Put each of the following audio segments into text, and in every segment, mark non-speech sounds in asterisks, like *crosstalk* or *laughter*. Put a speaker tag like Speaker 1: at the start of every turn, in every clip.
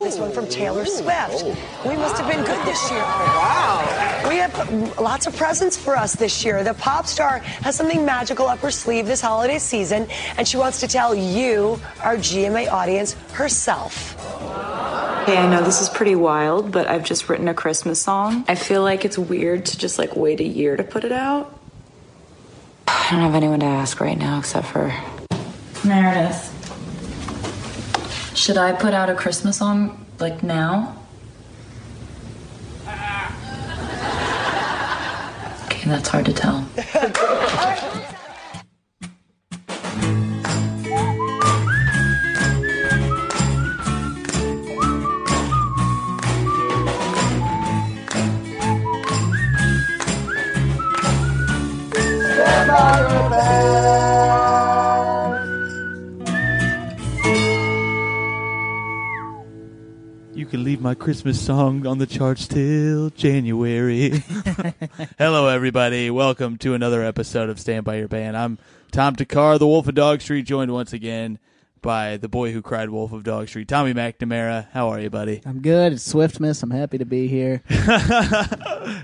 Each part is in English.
Speaker 1: this one from Taylor Swift. We must have been good this year.
Speaker 2: Wow.
Speaker 1: We have lots of presents for us this year. The pop star has something magical up her sleeve this holiday season, and she wants to tell you, our GMA audience, herself.
Speaker 3: Hey, I know this is pretty wild, but I've just written a Christmas song. I feel like it's weird to just like wait a year to put it out. I don't have anyone to ask right now except for Meredith. Should I put out a Christmas song like now? Okay, that's hard to tell.
Speaker 4: You can leave my Christmas song on the charts till
Speaker 5: *laughs*
Speaker 4: January. Hello, everybody. Welcome to another episode of Stand By Your Band. I'm Tom Takar, the Wolf of Dog Street, joined once again by the boy who cried Wolf of Dog Street, Tommy McNamara. How are you, buddy?
Speaker 5: I'm good. It's Swiftmas. I'm happy to be here.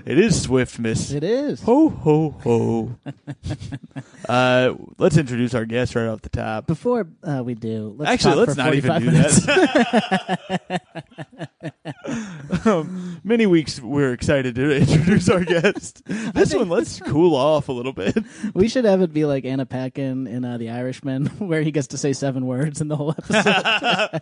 Speaker 4: It is Swift Miss.
Speaker 5: It is.
Speaker 4: Ho, ho, ho. *laughs* uh, let's introduce our guest right off the top.
Speaker 5: Before uh, we do, let's
Speaker 4: Actually, let's
Speaker 5: talk for
Speaker 4: not even
Speaker 5: 45
Speaker 4: do
Speaker 5: minutes.
Speaker 4: that. *laughs* um, many weeks we're excited to introduce our *laughs* guest. This one, let's cool off a little bit.
Speaker 5: *laughs* we should have it be like Anna Paquin in uh, The Irishman, *laughs* where he gets to say seven words in the whole episode.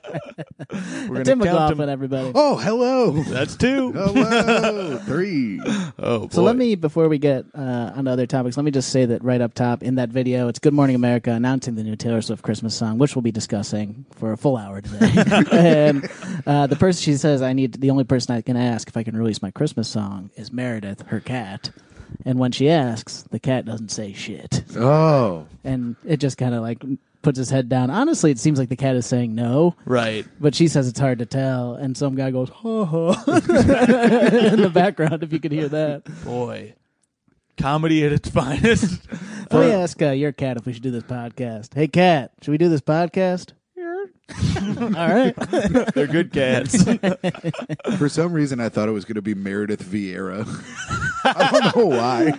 Speaker 4: *laughs*
Speaker 5: *laughs*
Speaker 4: We're gonna
Speaker 5: Tim
Speaker 4: count
Speaker 5: McLaughlin,
Speaker 4: them.
Speaker 5: everybody.
Speaker 6: Oh, hello.
Speaker 4: *laughs* That's two. Oh,
Speaker 6: Hello. Three.
Speaker 4: boy.
Speaker 5: So let me, before we get uh, onto other topics, let me just say that right up top in that video, it's Good Morning America announcing the new Taylor Swift Christmas song, which we'll be discussing for a full hour today. and uh, the person she says, I need the only person I can ask if I can release my Christmas song is Meredith, her cat. And when she asks, the cat doesn't say shit,
Speaker 6: Oh.
Speaker 5: and it just kind of like puts his head down. Honestly, it seems like the cat is saying no,
Speaker 4: Right.
Speaker 5: but she says it's hard to tell, and some guy goes, "ho ho," *laughs* in the background. If you could hear that.
Speaker 4: Boy. Comedy at its *laughs* finest.
Speaker 5: Let me ask uh, your cat if we should do this podcast. Hey, cat, should we do this podcast? All right.
Speaker 4: They're good cats. *laughs*
Speaker 6: For some reason, I thought it was going to be Meredith Vieira. *laughs* I don't know why.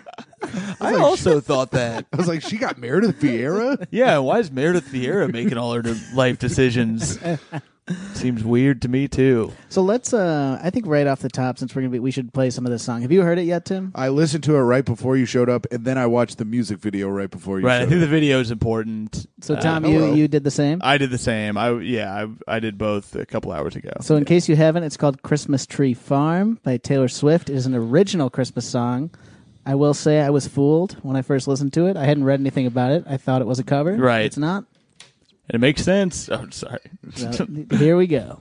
Speaker 4: I also thought that.
Speaker 6: I was like, she got Meredith Vieira?
Speaker 4: Yeah, why is Meredith Vieira making all her de- life *laughs* decisions? Seems weird to me too.
Speaker 5: So let's. Uh, I think right off the top, since we're gonna be, we should play some of this song. Have you heard it yet, Tim?
Speaker 6: I listened to it right before you showed up, and then I watched the music video right before you
Speaker 4: Right, I *laughs*
Speaker 6: showed
Speaker 4: think the
Speaker 6: up.
Speaker 4: video is important.
Speaker 5: So
Speaker 4: Uh,
Speaker 5: Tom, you
Speaker 6: hello.
Speaker 5: you did the same.
Speaker 4: I did the same. I yeah, I I did both a couple hours ago.
Speaker 5: so in case you haven't, it's called "Christmas Tree Farm" by Taylor Swift. It is an original Christmas song. I will say I was fooled when I first listened to it. I hadn't read anything about it. I thought it was a cover.
Speaker 4: Right. *laughs*
Speaker 5: It's not.
Speaker 4: and it makes sense. *laughs* I'm sorry. *laughs*
Speaker 5: So, here we go.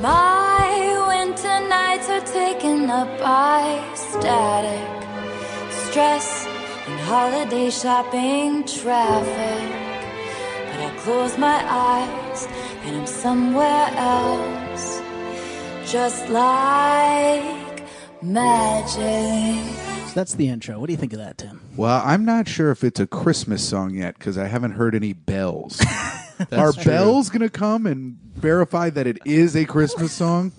Speaker 7: My winter nights are taken up by static, stress, and holiday shopping traffic. But I close my eyes and I'm somewhere else, just like magic.
Speaker 5: So that's the intro. What do you think of that, Tim?
Speaker 6: Well, I'm not sure if it's a Christmas song yet because I haven't heard any bells. Are bells going to come and verify that it is a Christmas song?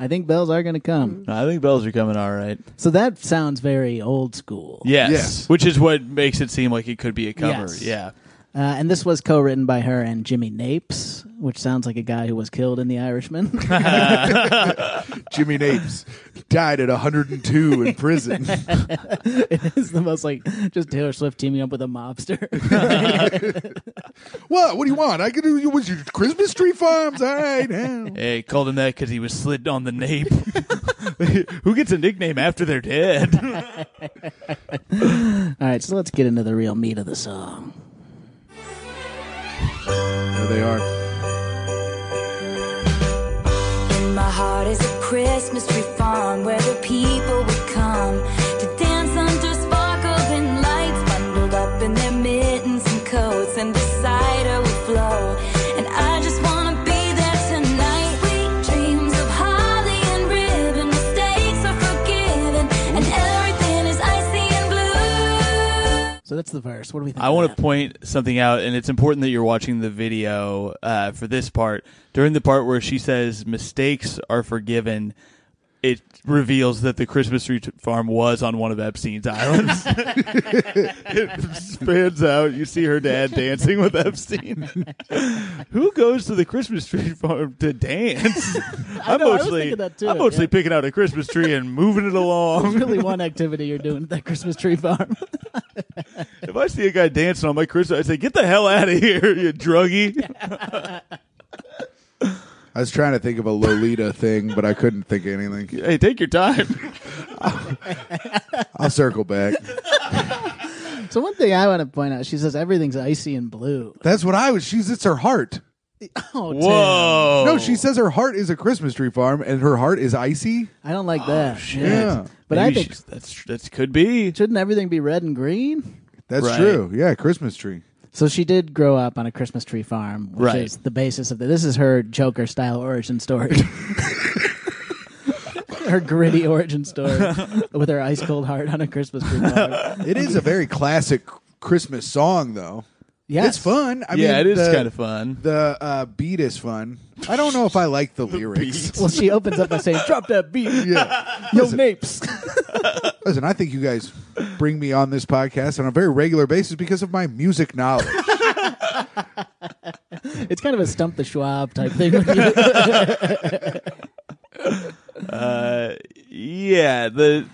Speaker 5: I think bells are going to come.
Speaker 4: I think bells are coming all right.
Speaker 5: So that sounds very old school.
Speaker 4: Yes,
Speaker 6: Yes.
Speaker 4: which is what makes it seem like it could be a cover.
Speaker 5: Yes.
Speaker 4: Yeah,
Speaker 5: Uh, and this was co written by her and Jimmy Napes, which sounds like a guy who was killed in The Irishman. *laughs*
Speaker 6: Jimmy Napes died at 102 in prison.
Speaker 5: it's the most like just Taylor Swift teaming up with a mobster. *laughs*
Speaker 6: What? What do you want? I could do was your Christmas tree farms. All right, now.
Speaker 4: hey, called him that because he was slid on the *laughs* nape. Who gets a nickname after they're dead?
Speaker 5: All right, so let's get into the real meat of the song.
Speaker 6: There they are.
Speaker 7: My heart is a Christmas tree farm where the people would come to dance under sparkling lights, bundled up in their mittens and coats, and the cider would flow. And I just wanna be there tonight. Sweet dreams of holly and ribbon, mistakes are forgiven, and everything is icy and blue.
Speaker 5: So What's the verse? What do we think?
Speaker 4: I want
Speaker 5: to
Speaker 4: to point something out, and it's important that you're watching the video uh, for this part. During the part where she says mistakes are forgiven, it reveals that the Christmas tree farm was on one of Epstein's
Speaker 5: *laughs*
Speaker 4: islands. *laughs* it spans out. You see her dad dancing with
Speaker 5: *laughs*
Speaker 4: Epstein. Who goes to the Christmas tree farm to dance? I'm
Speaker 5: know, *laughs* I was thinking that too,
Speaker 4: I'm mostly
Speaker 5: yeah.
Speaker 4: picking out a Christmas tree and moving it along.
Speaker 5: *laughs*
Speaker 4: *laughs*
Speaker 5: really one activity you're doing at that Christmas tree farm. *laughs*
Speaker 4: If I see a guy dancing on my Christmas, I say, "Get the hell out of here, you druggie!"
Speaker 5: *laughs*
Speaker 6: I was trying to think of a Lolita thing, but I couldn't think of anything.
Speaker 4: Hey, take your time.
Speaker 6: I'll circle back.
Speaker 5: so one thing I want to point out, she says everything's icy and blue.
Speaker 6: That's what I was. She's it's her heart.
Speaker 5: Oh,
Speaker 4: Whoa!
Speaker 6: No, she says her heart is a Christmas tree farm, and her heart is icy.
Speaker 5: damn. I don't like that.
Speaker 6: Yeah,
Speaker 5: But
Speaker 4: Oh, Maybe
Speaker 5: I think
Speaker 4: she's- that's that could be.
Speaker 5: shouldn't everything be red and green?
Speaker 6: that's
Speaker 4: Right.
Speaker 6: true. Yeah, Christmas tree.
Speaker 5: So she did grow up on a Christmas tree farm, which
Speaker 4: Right.
Speaker 5: is the basis of the, this is her Joker style origin
Speaker 6: *laughs*
Speaker 5: story. her gritty origin story with her ice cold heart on a Christmas tree
Speaker 6: *laughs*
Speaker 5: farm.
Speaker 6: It is a very classic Christmas song, though.
Speaker 5: Yes.
Speaker 6: It's fun. I
Speaker 4: yeah,
Speaker 6: mean,
Speaker 4: it is
Speaker 6: the-
Speaker 4: kind of fun.
Speaker 6: The uh, beat is fun. I don't know if I
Speaker 4: *laughs*
Speaker 6: like the, lyrics.
Speaker 5: Well, she opens up by saying, "Drop that beat,
Speaker 6: Yeah.
Speaker 5: *laughs* yo napes."
Speaker 6: Listen, I think you guys bring me on this podcast on a very regular basis because of my music
Speaker 4: *laughs*
Speaker 6: knowledge.
Speaker 5: it's kind of a stump the Schwab type thing. When you,
Speaker 6: *laughs*
Speaker 4: Uh, Yeah, the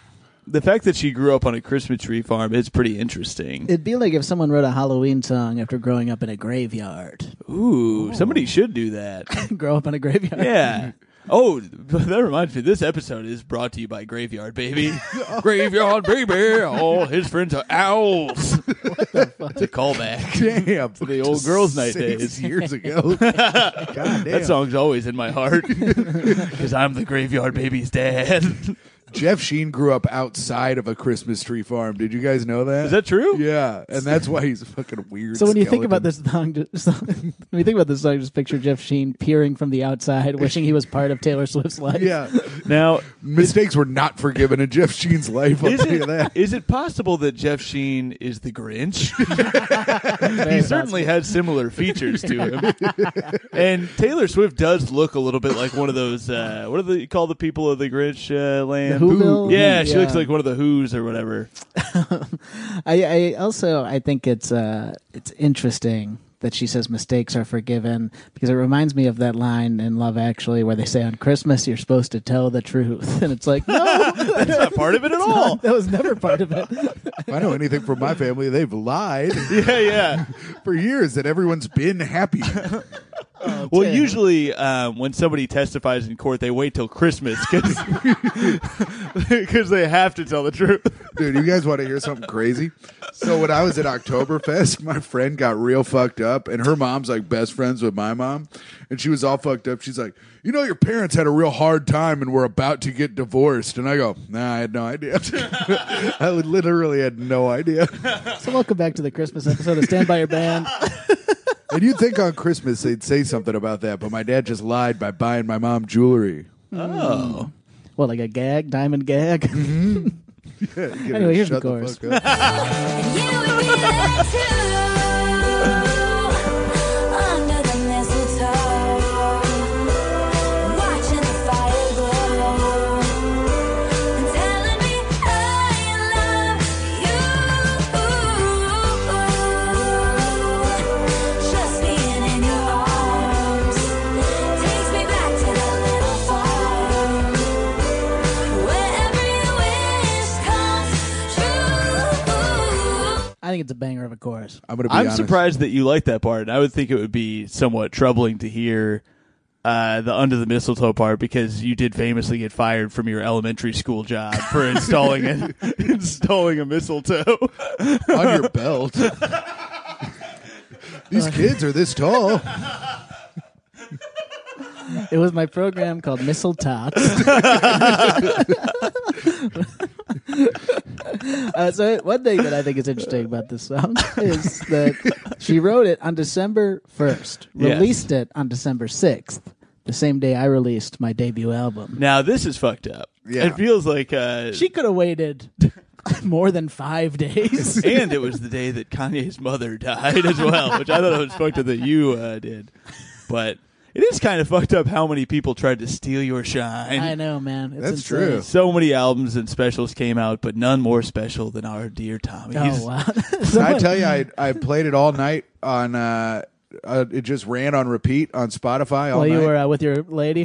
Speaker 4: the fact that she grew up on a Christmas tree farm is pretty interesting.
Speaker 5: it'd be like if someone wrote a Halloween song after growing up in a graveyard. *laughs*
Speaker 4: Ooh, somebody should do that.
Speaker 5: Grow up in a graveyard.
Speaker 4: Yeah. Oh, *laughs* that reminds me. This episode is brought to you by Graveyard Baby. *laughs* Graveyard Baby. All his friends are owls. it's a callback.
Speaker 6: Damn,
Speaker 4: the old girls' night
Speaker 6: *laughs* Six
Speaker 4: days. *laughs*
Speaker 6: years ago. God damn.
Speaker 4: That song's always in my heart *laughs* because I'm the graveyard baby's dad. Is
Speaker 6: Jeff Sheen grew up outside of a Christmas tree farm. Did you guys know that? Is
Speaker 4: that true?
Speaker 6: Yeah, and that's why he's a fucking weird.
Speaker 5: So when you think about
Speaker 6: skeleton.
Speaker 5: this song, just- *laughs* when you think about this song, just picture Jeff Sheen peering from the
Speaker 6: *laughs*
Speaker 5: outside, wishing he was part of Taylor Swift's life.
Speaker 6: yeah,
Speaker 4: Now,
Speaker 6: mistakes were not forgiven in Jeff Sheen's life. I'll
Speaker 4: is
Speaker 6: tell you
Speaker 4: it,
Speaker 6: that.
Speaker 4: is it possible that Jeff Sheen is the
Speaker 6: *laughs*
Speaker 4: Grinch? *laughs*
Speaker 5: Very
Speaker 4: he certainly had similar features to him. and Taylor Swift does look a little bit like one of those. Uh, what do they call the people of the Grinch uh, land?
Speaker 5: Who Bill?
Speaker 4: Yeah, she looks like one of the Who's or whatever.
Speaker 5: I, I also I think it's uh, it's interesting that she says mistakes are forgiven because it reminds me of that line in Love Actually where they say on Christmas you're supposed to tell the truth, *laughs* and it's like no,
Speaker 6: *laughs*
Speaker 5: *laughs*
Speaker 4: That's not part of it at all.
Speaker 5: that was never part of it. *laughs*
Speaker 6: If I know anything from my family, they've lied
Speaker 4: *laughs* Yeah, yeah.
Speaker 6: for years that everyone's been happy.
Speaker 4: Well,
Speaker 5: Tim.
Speaker 4: usually um, when somebody testifies in court, they wait till Christmas *laughs* because they have to tell the truth.
Speaker 6: Dude, you guys want to hear something crazy? So when I was at Oktoberfest, my friend got real fucked up, and her mom's like best friends with my mom, and she was all fucked up. She's like, "You know, your parents had a real hard time, and were about to get divorced." And I go, "Nah, I had no idea. *laughs* I literally had no idea."
Speaker 5: So welcome back to the Christmas episode of Stand by Your
Speaker 6: *laughs*
Speaker 5: Band.
Speaker 6: And you'd think on Christmas they'd say something about that, but my dad just lied by buying my mom jewelry.
Speaker 4: Oh.
Speaker 5: What like a gag, diamond gag?
Speaker 6: Mm-hmm.
Speaker 5: *laughs*
Speaker 6: Get her to
Speaker 5: Anyway, here's the
Speaker 6: shut
Speaker 5: chorus.
Speaker 6: fuck up.
Speaker 7: And you would be there too, under the mistletoe, watching the fire glow, and telling me I love you. Just being in your arms takes me back to that little farm. Where every wish comes true.
Speaker 5: I think it's a banger of a chorus.
Speaker 6: I'm gonna be
Speaker 4: I'm
Speaker 6: honest.
Speaker 4: surprised that you like that part. and I would think it would be somewhat troubling to hear uh, the under the mistletoe part because you did famously get fired from your elementary school job for installing a, *laughs* installing a mistletoe.
Speaker 6: on your belt. *laughs* These kids are this tall.
Speaker 5: It was my program called Mistletoe.
Speaker 6: *laughs*
Speaker 5: uh, so one thing that I think is interesting about this song is that she wrote it on December first,
Speaker 4: Yes.
Speaker 5: released it on December sixth, the same day I released my debut album.
Speaker 4: Now this is fucked up.
Speaker 6: Yeah.
Speaker 4: It feels like uh,
Speaker 5: She could have waited *laughs* more than five days.
Speaker 4: and it was the day that Kanye's mother died as well, which I thought it was fucked up that you uh, did. But it is kind of fucked up how many people tried to steal your shine.
Speaker 5: I know, man. It's
Speaker 6: That's
Speaker 5: insane.
Speaker 6: true.
Speaker 4: So many albums and specials came out, but none more special than our dear Tommy.
Speaker 5: Oh
Speaker 4: He's-
Speaker 5: wow! *laughs*
Speaker 6: Did I tell you, I I played it all night on. uh uh, it just ran on repeat on Spotify all
Speaker 5: While you
Speaker 6: night.
Speaker 5: were uh, with your
Speaker 6: *laughs*
Speaker 5: lady,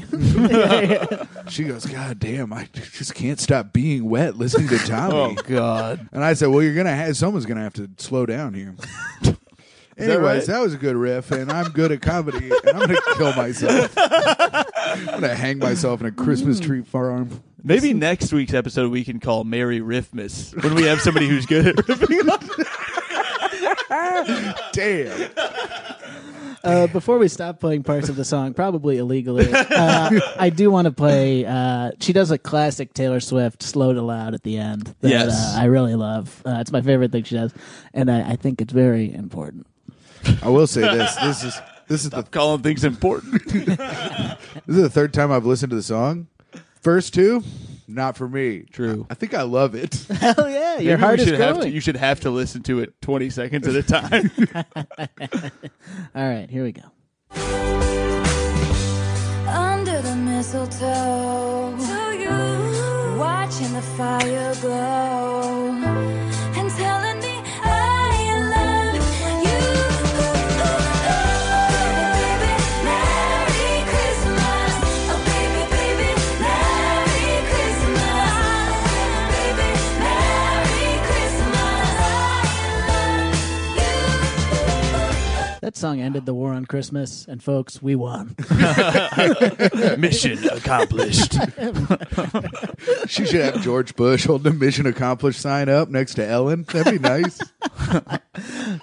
Speaker 6: she goes, "God damn, I just can't stop being wet listening to Tommy."
Speaker 4: Oh God!
Speaker 6: And I said, "Well, you're gonna have someone's gonna have to slow down here." Anyways, that,
Speaker 4: right?
Speaker 6: was a good riff, and I'm good at comedy, and I'm gonna kill myself. I'm gonna hang myself in a Christmas tree farm.
Speaker 4: *laughs* Maybe next week's episode we can call Mary Riffmas when we have somebody who's good *laughs* at riffing.
Speaker 6: Damn,
Speaker 5: uh, before we stop playing parts of the song, probably illegally, uh, I do want to play. Uh, she does a classic Taylor Swift "Slow to Loud" at the end. That,
Speaker 4: Yes.
Speaker 5: uh, I really love. Uh, it's my favorite thing she does, and I, I think it's very *laughs* important.
Speaker 6: I will say this: this is this is the
Speaker 4: Calling things important.
Speaker 6: this is the third time I've listened to the song. First two, not for me.
Speaker 4: True.
Speaker 6: I, I think I love it. *laughs*
Speaker 5: Hell Oh, yeah! Your
Speaker 4: Maybe
Speaker 5: heart
Speaker 4: we
Speaker 5: is
Speaker 4: should have to,
Speaker 5: growing.
Speaker 4: you should have to listen to it twenty seconds at a time.
Speaker 5: All right, here we go.
Speaker 7: under the mistletoe. To you, watching the fire glow and telling me I love you. Oh, baby, Merry Christmas. Oh, baby, baby, Merry Christmas. Oh, baby, Merry Christmas. I love you.
Speaker 5: That song ended the war on Christmas, and folks, we won.
Speaker 4: *laughs* Mission accomplished.
Speaker 6: She should have George Bush holding a mission accomplished sign up next to Ellen. That'd
Speaker 4: *laughs*
Speaker 6: be nice.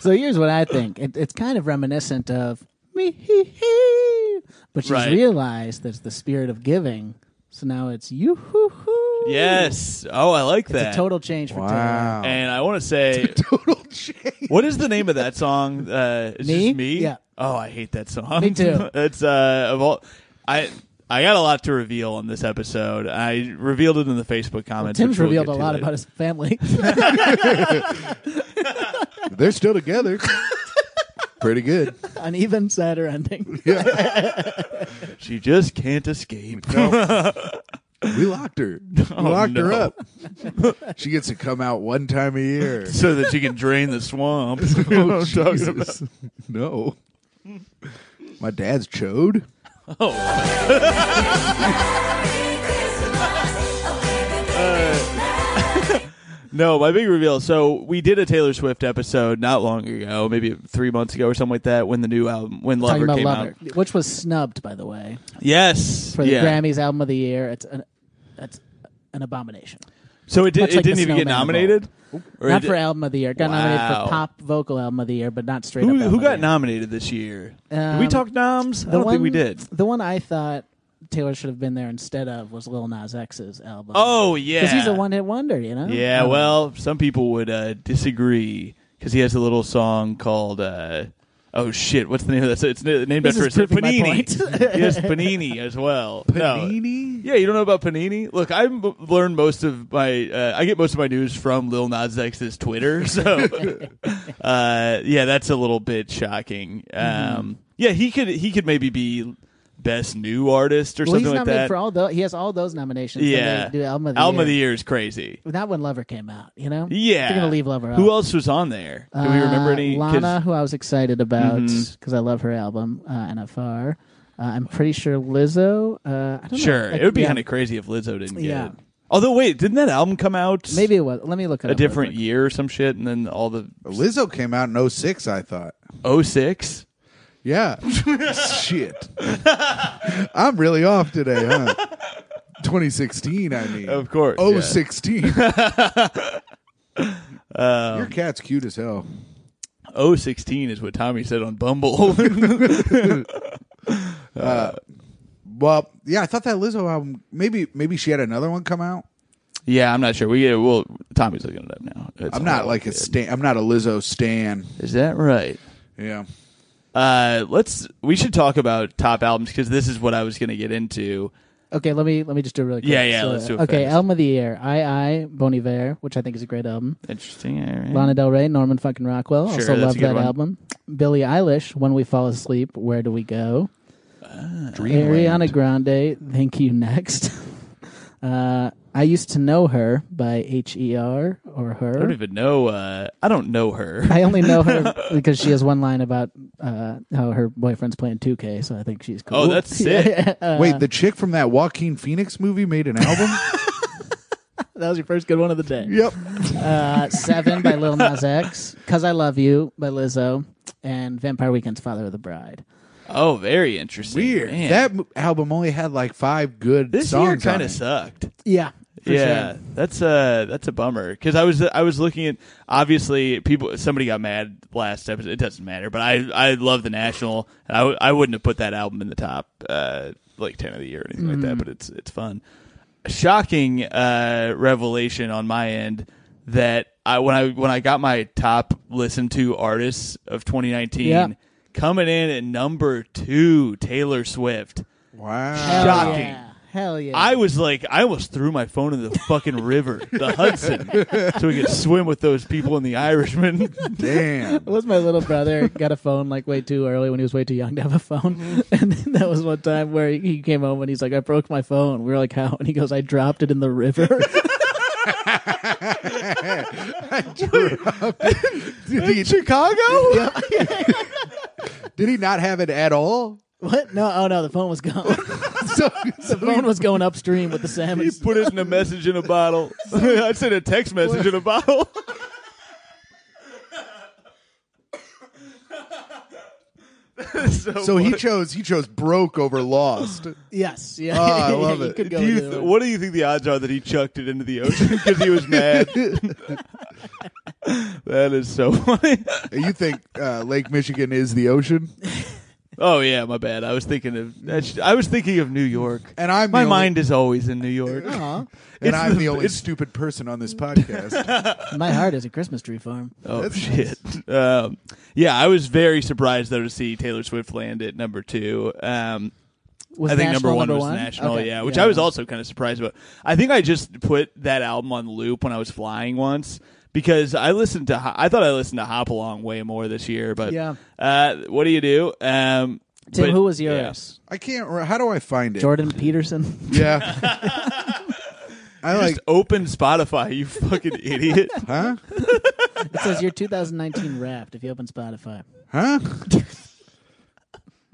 Speaker 5: So here's what I think. It, it's kind of reminiscent of me, hee, hee. but she's
Speaker 4: Right.
Speaker 5: realized that it's the spirit of giving. So now it's you hoo hoo.
Speaker 4: yes. Oh, I like
Speaker 5: it's
Speaker 4: that.
Speaker 5: a total change for Taylor.
Speaker 6: Wow.
Speaker 4: And I want to say,
Speaker 6: Total change.
Speaker 4: what is the name of that song? Uh, it's
Speaker 5: Me?
Speaker 4: Just me.
Speaker 5: Yeah.
Speaker 4: Oh, I hate that song.
Speaker 5: Me too.
Speaker 4: *laughs* it's uh, of all I. I got a lot to reveal on this episode. I revealed it in the Facebook comments. which
Speaker 5: Tim's
Speaker 4: we'll
Speaker 5: revealed
Speaker 4: get
Speaker 5: a
Speaker 4: to
Speaker 5: lot
Speaker 4: later.
Speaker 5: about his family. *laughs*
Speaker 6: *laughs* They're still together.
Speaker 4: *laughs*
Speaker 6: Pretty good.
Speaker 5: An even
Speaker 4: *laughs*
Speaker 5: sadder ending.
Speaker 4: She just can't
Speaker 5: *laughs*
Speaker 4: escape.
Speaker 6: No. We locked her. We
Speaker 5: Oh,
Speaker 6: locked her
Speaker 4: Oh, no.
Speaker 6: up. She gets to come out one time a year.
Speaker 4: *laughs*
Speaker 6: Oh,
Speaker 4: so that she can drain the swamp. *laughs* You know what I'm talking about?
Speaker 6: Jesus. No. My dad's chode.
Speaker 7: Oh,
Speaker 4: No, my big reveal. So we did a Taylor Swift episode not long ago, maybe three months ago or something like that, when the new album, when
Speaker 5: Talking
Speaker 4: Lover
Speaker 5: about
Speaker 4: came
Speaker 5: Lover,
Speaker 4: out.
Speaker 5: which was snubbed, by the way,
Speaker 4: Yes,
Speaker 5: for the
Speaker 4: yeah.
Speaker 5: Grammys Album of the Year. It's an, it's an abomination.
Speaker 4: So it, did,
Speaker 5: Much
Speaker 4: it
Speaker 5: like the
Speaker 4: didn't even get
Speaker 5: Snowman
Speaker 4: nominated. Or
Speaker 5: not
Speaker 4: it-
Speaker 5: for Album of the Year. It Got nominated
Speaker 4: Wow.
Speaker 5: for Pop Vocal Album of the Year, but not straight
Speaker 4: who,
Speaker 5: up. Album
Speaker 4: who
Speaker 5: of the
Speaker 4: got
Speaker 5: Year.
Speaker 4: nominated this year? did we
Speaker 5: Um,
Speaker 4: talk noms? I
Speaker 5: The
Speaker 4: don't
Speaker 5: one
Speaker 4: think we did.
Speaker 5: The one I thought Taylor should have been there instead of was Lil Nas X's album.
Speaker 4: Oh yeah,
Speaker 5: because he's a one-hit wonder, you know.
Speaker 4: Yeah,
Speaker 5: Um,
Speaker 4: well, some people would uh, disagree because he has a little song called uh, "Oh shit." What's the name of that? So it's na- named
Speaker 5: This
Speaker 4: after
Speaker 5: is
Speaker 4: his
Speaker 5: proving my
Speaker 4: Panini.
Speaker 5: *laughs* point.
Speaker 4: yes, Panini as well. No.
Speaker 6: Panini?
Speaker 4: Yeah, you don't know about Panini? Look, I m- learned most of my uh, I get most of my news from Lil Nas X's Twitter. *laughs* So, uh, yeah, that's a little bit shocking. Um,
Speaker 5: Mm-hmm.
Speaker 4: Yeah, he could he could maybe be best new artist or
Speaker 5: well, he's
Speaker 4: something like
Speaker 5: nominated
Speaker 4: that.
Speaker 5: for all those. He has all those nominations. and
Speaker 4: yeah,
Speaker 5: they do album of the
Speaker 4: Album
Speaker 5: year.
Speaker 4: of the year is crazy.
Speaker 5: Not when Lover came out, you know.
Speaker 4: Yeah,
Speaker 5: they're gonna leave Lover.
Speaker 4: Who
Speaker 5: out.
Speaker 4: else was on there? Do we remember
Speaker 5: Uh,
Speaker 4: any? 'Cause- Mm-hmm.
Speaker 5: Lana, who I was excited about because I love her album uh, NFR. Uh, I'm pretty sure Lizzo. Uh, I don't know.
Speaker 4: Sure,
Speaker 5: Like,
Speaker 4: it would be
Speaker 5: yeah.
Speaker 4: kind of crazy if Lizzo didn't get
Speaker 5: Yeah.
Speaker 4: it. Although, wait, didn't that album come out
Speaker 5: Maybe it was. Let me look it
Speaker 4: a
Speaker 5: up real
Speaker 4: different
Speaker 5: quick.
Speaker 4: year or some shit, and then all the
Speaker 6: Lizzo came out in 06, I thought.
Speaker 4: 06?
Speaker 6: Yeah. Shit. I'm really off today, huh? 2016, I mean.
Speaker 4: Of course,
Speaker 6: Oh,
Speaker 4: yeah. *laughs*
Speaker 6: 16. Your cat's cute as hell.
Speaker 4: 016 is what Tommy said on Bumble. *laughs*
Speaker 6: Well, yeah, I thought that Lizzo album. Maybe, maybe she had another one come out.
Speaker 4: yeah, I'm not sure. We yeah, well, Tommy's looking it up now. It's
Speaker 6: I'm not
Speaker 4: all
Speaker 6: like a
Speaker 4: good.
Speaker 6: stan. I'm not a Lizzo stan.
Speaker 4: Is that right?
Speaker 6: Yeah,
Speaker 4: Uh, let's. We should talk about top albums because this is what I was going to get into.
Speaker 5: Okay, let me let me just do it really quick.
Speaker 4: Yeah, yeah, let's do it
Speaker 5: Okay,
Speaker 4: fast.
Speaker 5: album of the year: I I Bon Iver, which I think is a great album.
Speaker 4: Interesting. all right.
Speaker 5: Lana Del Rey, Norman fucking Rockwell.
Speaker 4: Sure,
Speaker 5: also
Speaker 4: that's
Speaker 5: love
Speaker 4: a good
Speaker 5: that
Speaker 4: one.
Speaker 5: album. Billie Eilish, When We Fall Asleep, Where Do We Go?
Speaker 4: Ah,
Speaker 5: Uh, Ariana Grande, Thank You Next. *laughs* uh, I Used to Know Her by H E R or
Speaker 4: I don't
Speaker 5: Her.
Speaker 4: even know. Uh, I don't know her.
Speaker 5: *laughs* I only know her because she has one line about uh, how her boyfriend's playing 2K, so I think she's cool.
Speaker 4: Oh, that's
Speaker 5: *laughs*
Speaker 4: sick.
Speaker 6: Wait, the chick from that Joaquin Phoenix movie made an
Speaker 4: *laughs*
Speaker 6: album?
Speaker 5: that was your first good one of the day.
Speaker 6: yep.
Speaker 5: *laughs* Uh, Seven by Lil Nas X, Cause I Love You by Lizzo, and Vampire Weekend's Father of the Bride.
Speaker 4: Oh, very interesting.
Speaker 6: Weird.
Speaker 4: Man.
Speaker 6: That m- album only had like five good
Speaker 4: this
Speaker 6: songs.
Speaker 4: year kind
Speaker 6: on
Speaker 4: of
Speaker 6: it.
Speaker 4: sucked.
Speaker 5: Yeah. for
Speaker 4: yeah,
Speaker 5: sure.
Speaker 4: that's a that's a bummer because I was I was looking at obviously people somebody got mad last episode. It doesn't matter, but I I love the national. And I w- I wouldn't have put that album in the top uh, like ten of the year or anything like that. But it's it's fun. Shocking uh, revelation on my end that I when I when I got my top listened to artists of 2019
Speaker 5: Yeah.
Speaker 4: coming in at number two Taylor Swift.
Speaker 6: Wow.
Speaker 5: Hell
Speaker 4: Shocking.
Speaker 5: yeah. Hell yeah.
Speaker 4: I was like, I almost threw my phone in the fucking river, the Hudson, so we could swim with those people in the Irishman.
Speaker 6: Damn.
Speaker 5: It was my little brother got a phone like way too early when he was way too young to have a
Speaker 4: Mm-hmm.
Speaker 5: phone, *laughs* and then that was one time where he came home and he's like, "I broke my phone." We were like, "How?" And he goes, "I dropped it in the
Speaker 4: *laughs*
Speaker 5: river." *laughs*
Speaker 6: Did he, *laughs*
Speaker 4: Chicago?
Speaker 6: did he not have it at all?
Speaker 5: what? No, oh no, the phone was gone. the
Speaker 6: *laughs* So, so
Speaker 5: phone was going upstream with
Speaker 4: *laughs*
Speaker 5: the
Speaker 4: He
Speaker 5: salmon.
Speaker 4: put it in a message in a *laughs* bottle. I sent a text message in a bottle. so
Speaker 6: so he chose he chose broke over lost.
Speaker 5: *laughs* Yes, yeah, *laughs*
Speaker 6: Oh, I love
Speaker 5: you
Speaker 6: it.
Speaker 5: could go
Speaker 4: do you
Speaker 5: either
Speaker 4: th-
Speaker 5: way.
Speaker 4: what do you think the odds are that he chucked it into the ocean because he was mad? *laughs* that is so funny.
Speaker 6: you think uh, Lake Michigan is the ocean?
Speaker 4: Oh yeah, my bad. I was thinking of that's, I was thinking of New York,
Speaker 6: And I'm the
Speaker 4: my
Speaker 6: only-
Speaker 4: mind is always in New York.
Speaker 6: And
Speaker 4: It's
Speaker 6: I'm the,
Speaker 4: the-
Speaker 6: only
Speaker 4: it's-
Speaker 6: stupid person on
Speaker 4: *laughs*
Speaker 6: this podcast.
Speaker 5: My heart is a Christmas tree farm.
Speaker 4: Oh shit! *laughs* Um, yeah, I was very surprised though to see Taylor Swift land at number two. Um,
Speaker 5: Was
Speaker 4: I think
Speaker 5: National
Speaker 4: number one was national,
Speaker 5: Okay,
Speaker 4: yeah, which I was also kind of surprised about. I think I just put that album on loop when I was flying once because I listened to Ho- I thought I listened to Hop Along way more this year, but
Speaker 5: Yeah.
Speaker 4: uh, what do you do? Um,
Speaker 5: Tim,
Speaker 4: but-
Speaker 5: who was
Speaker 4: yeah.
Speaker 5: yours?
Speaker 6: I can't. re- How do I find it?
Speaker 5: Jordan Peterson.
Speaker 4: *laughs*
Speaker 5: *laughs*
Speaker 6: Yeah. I like.
Speaker 4: Just open Spotify, you
Speaker 5: *laughs*
Speaker 4: fucking idiot.
Speaker 6: *laughs* Huh?
Speaker 5: it says your 2019 Wrapped. If you open Spotify,
Speaker 6: Huh?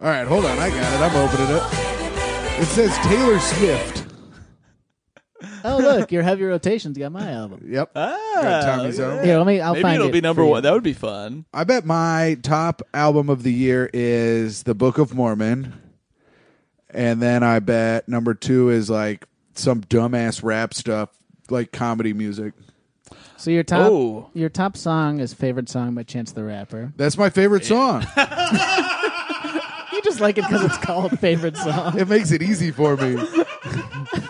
Speaker 6: All right, hold on. I got it. I'm opening it. It says Taylor Swift.
Speaker 4: *laughs*
Speaker 5: oh look, your heavy rotations got my album.
Speaker 6: Yep.
Speaker 4: Ah,
Speaker 6: got Tommy's own.
Speaker 5: Here, let me. I'll
Speaker 4: Maybe
Speaker 5: find
Speaker 4: it'll
Speaker 5: it
Speaker 4: be number
Speaker 5: for you.
Speaker 4: one. That would be fun.
Speaker 6: I bet my top album of the year is The Book of Mormon. And then I bet number two is like some dumbass rap stuff, like comedy music.
Speaker 5: So your top
Speaker 4: Oh.
Speaker 5: your top song is favorite song by Chance the Rapper.
Speaker 6: That's my favorite song.
Speaker 5: You just like it because it's called favorite song. *laughs*
Speaker 6: it makes it easy
Speaker 4: *laughs*
Speaker 6: for me.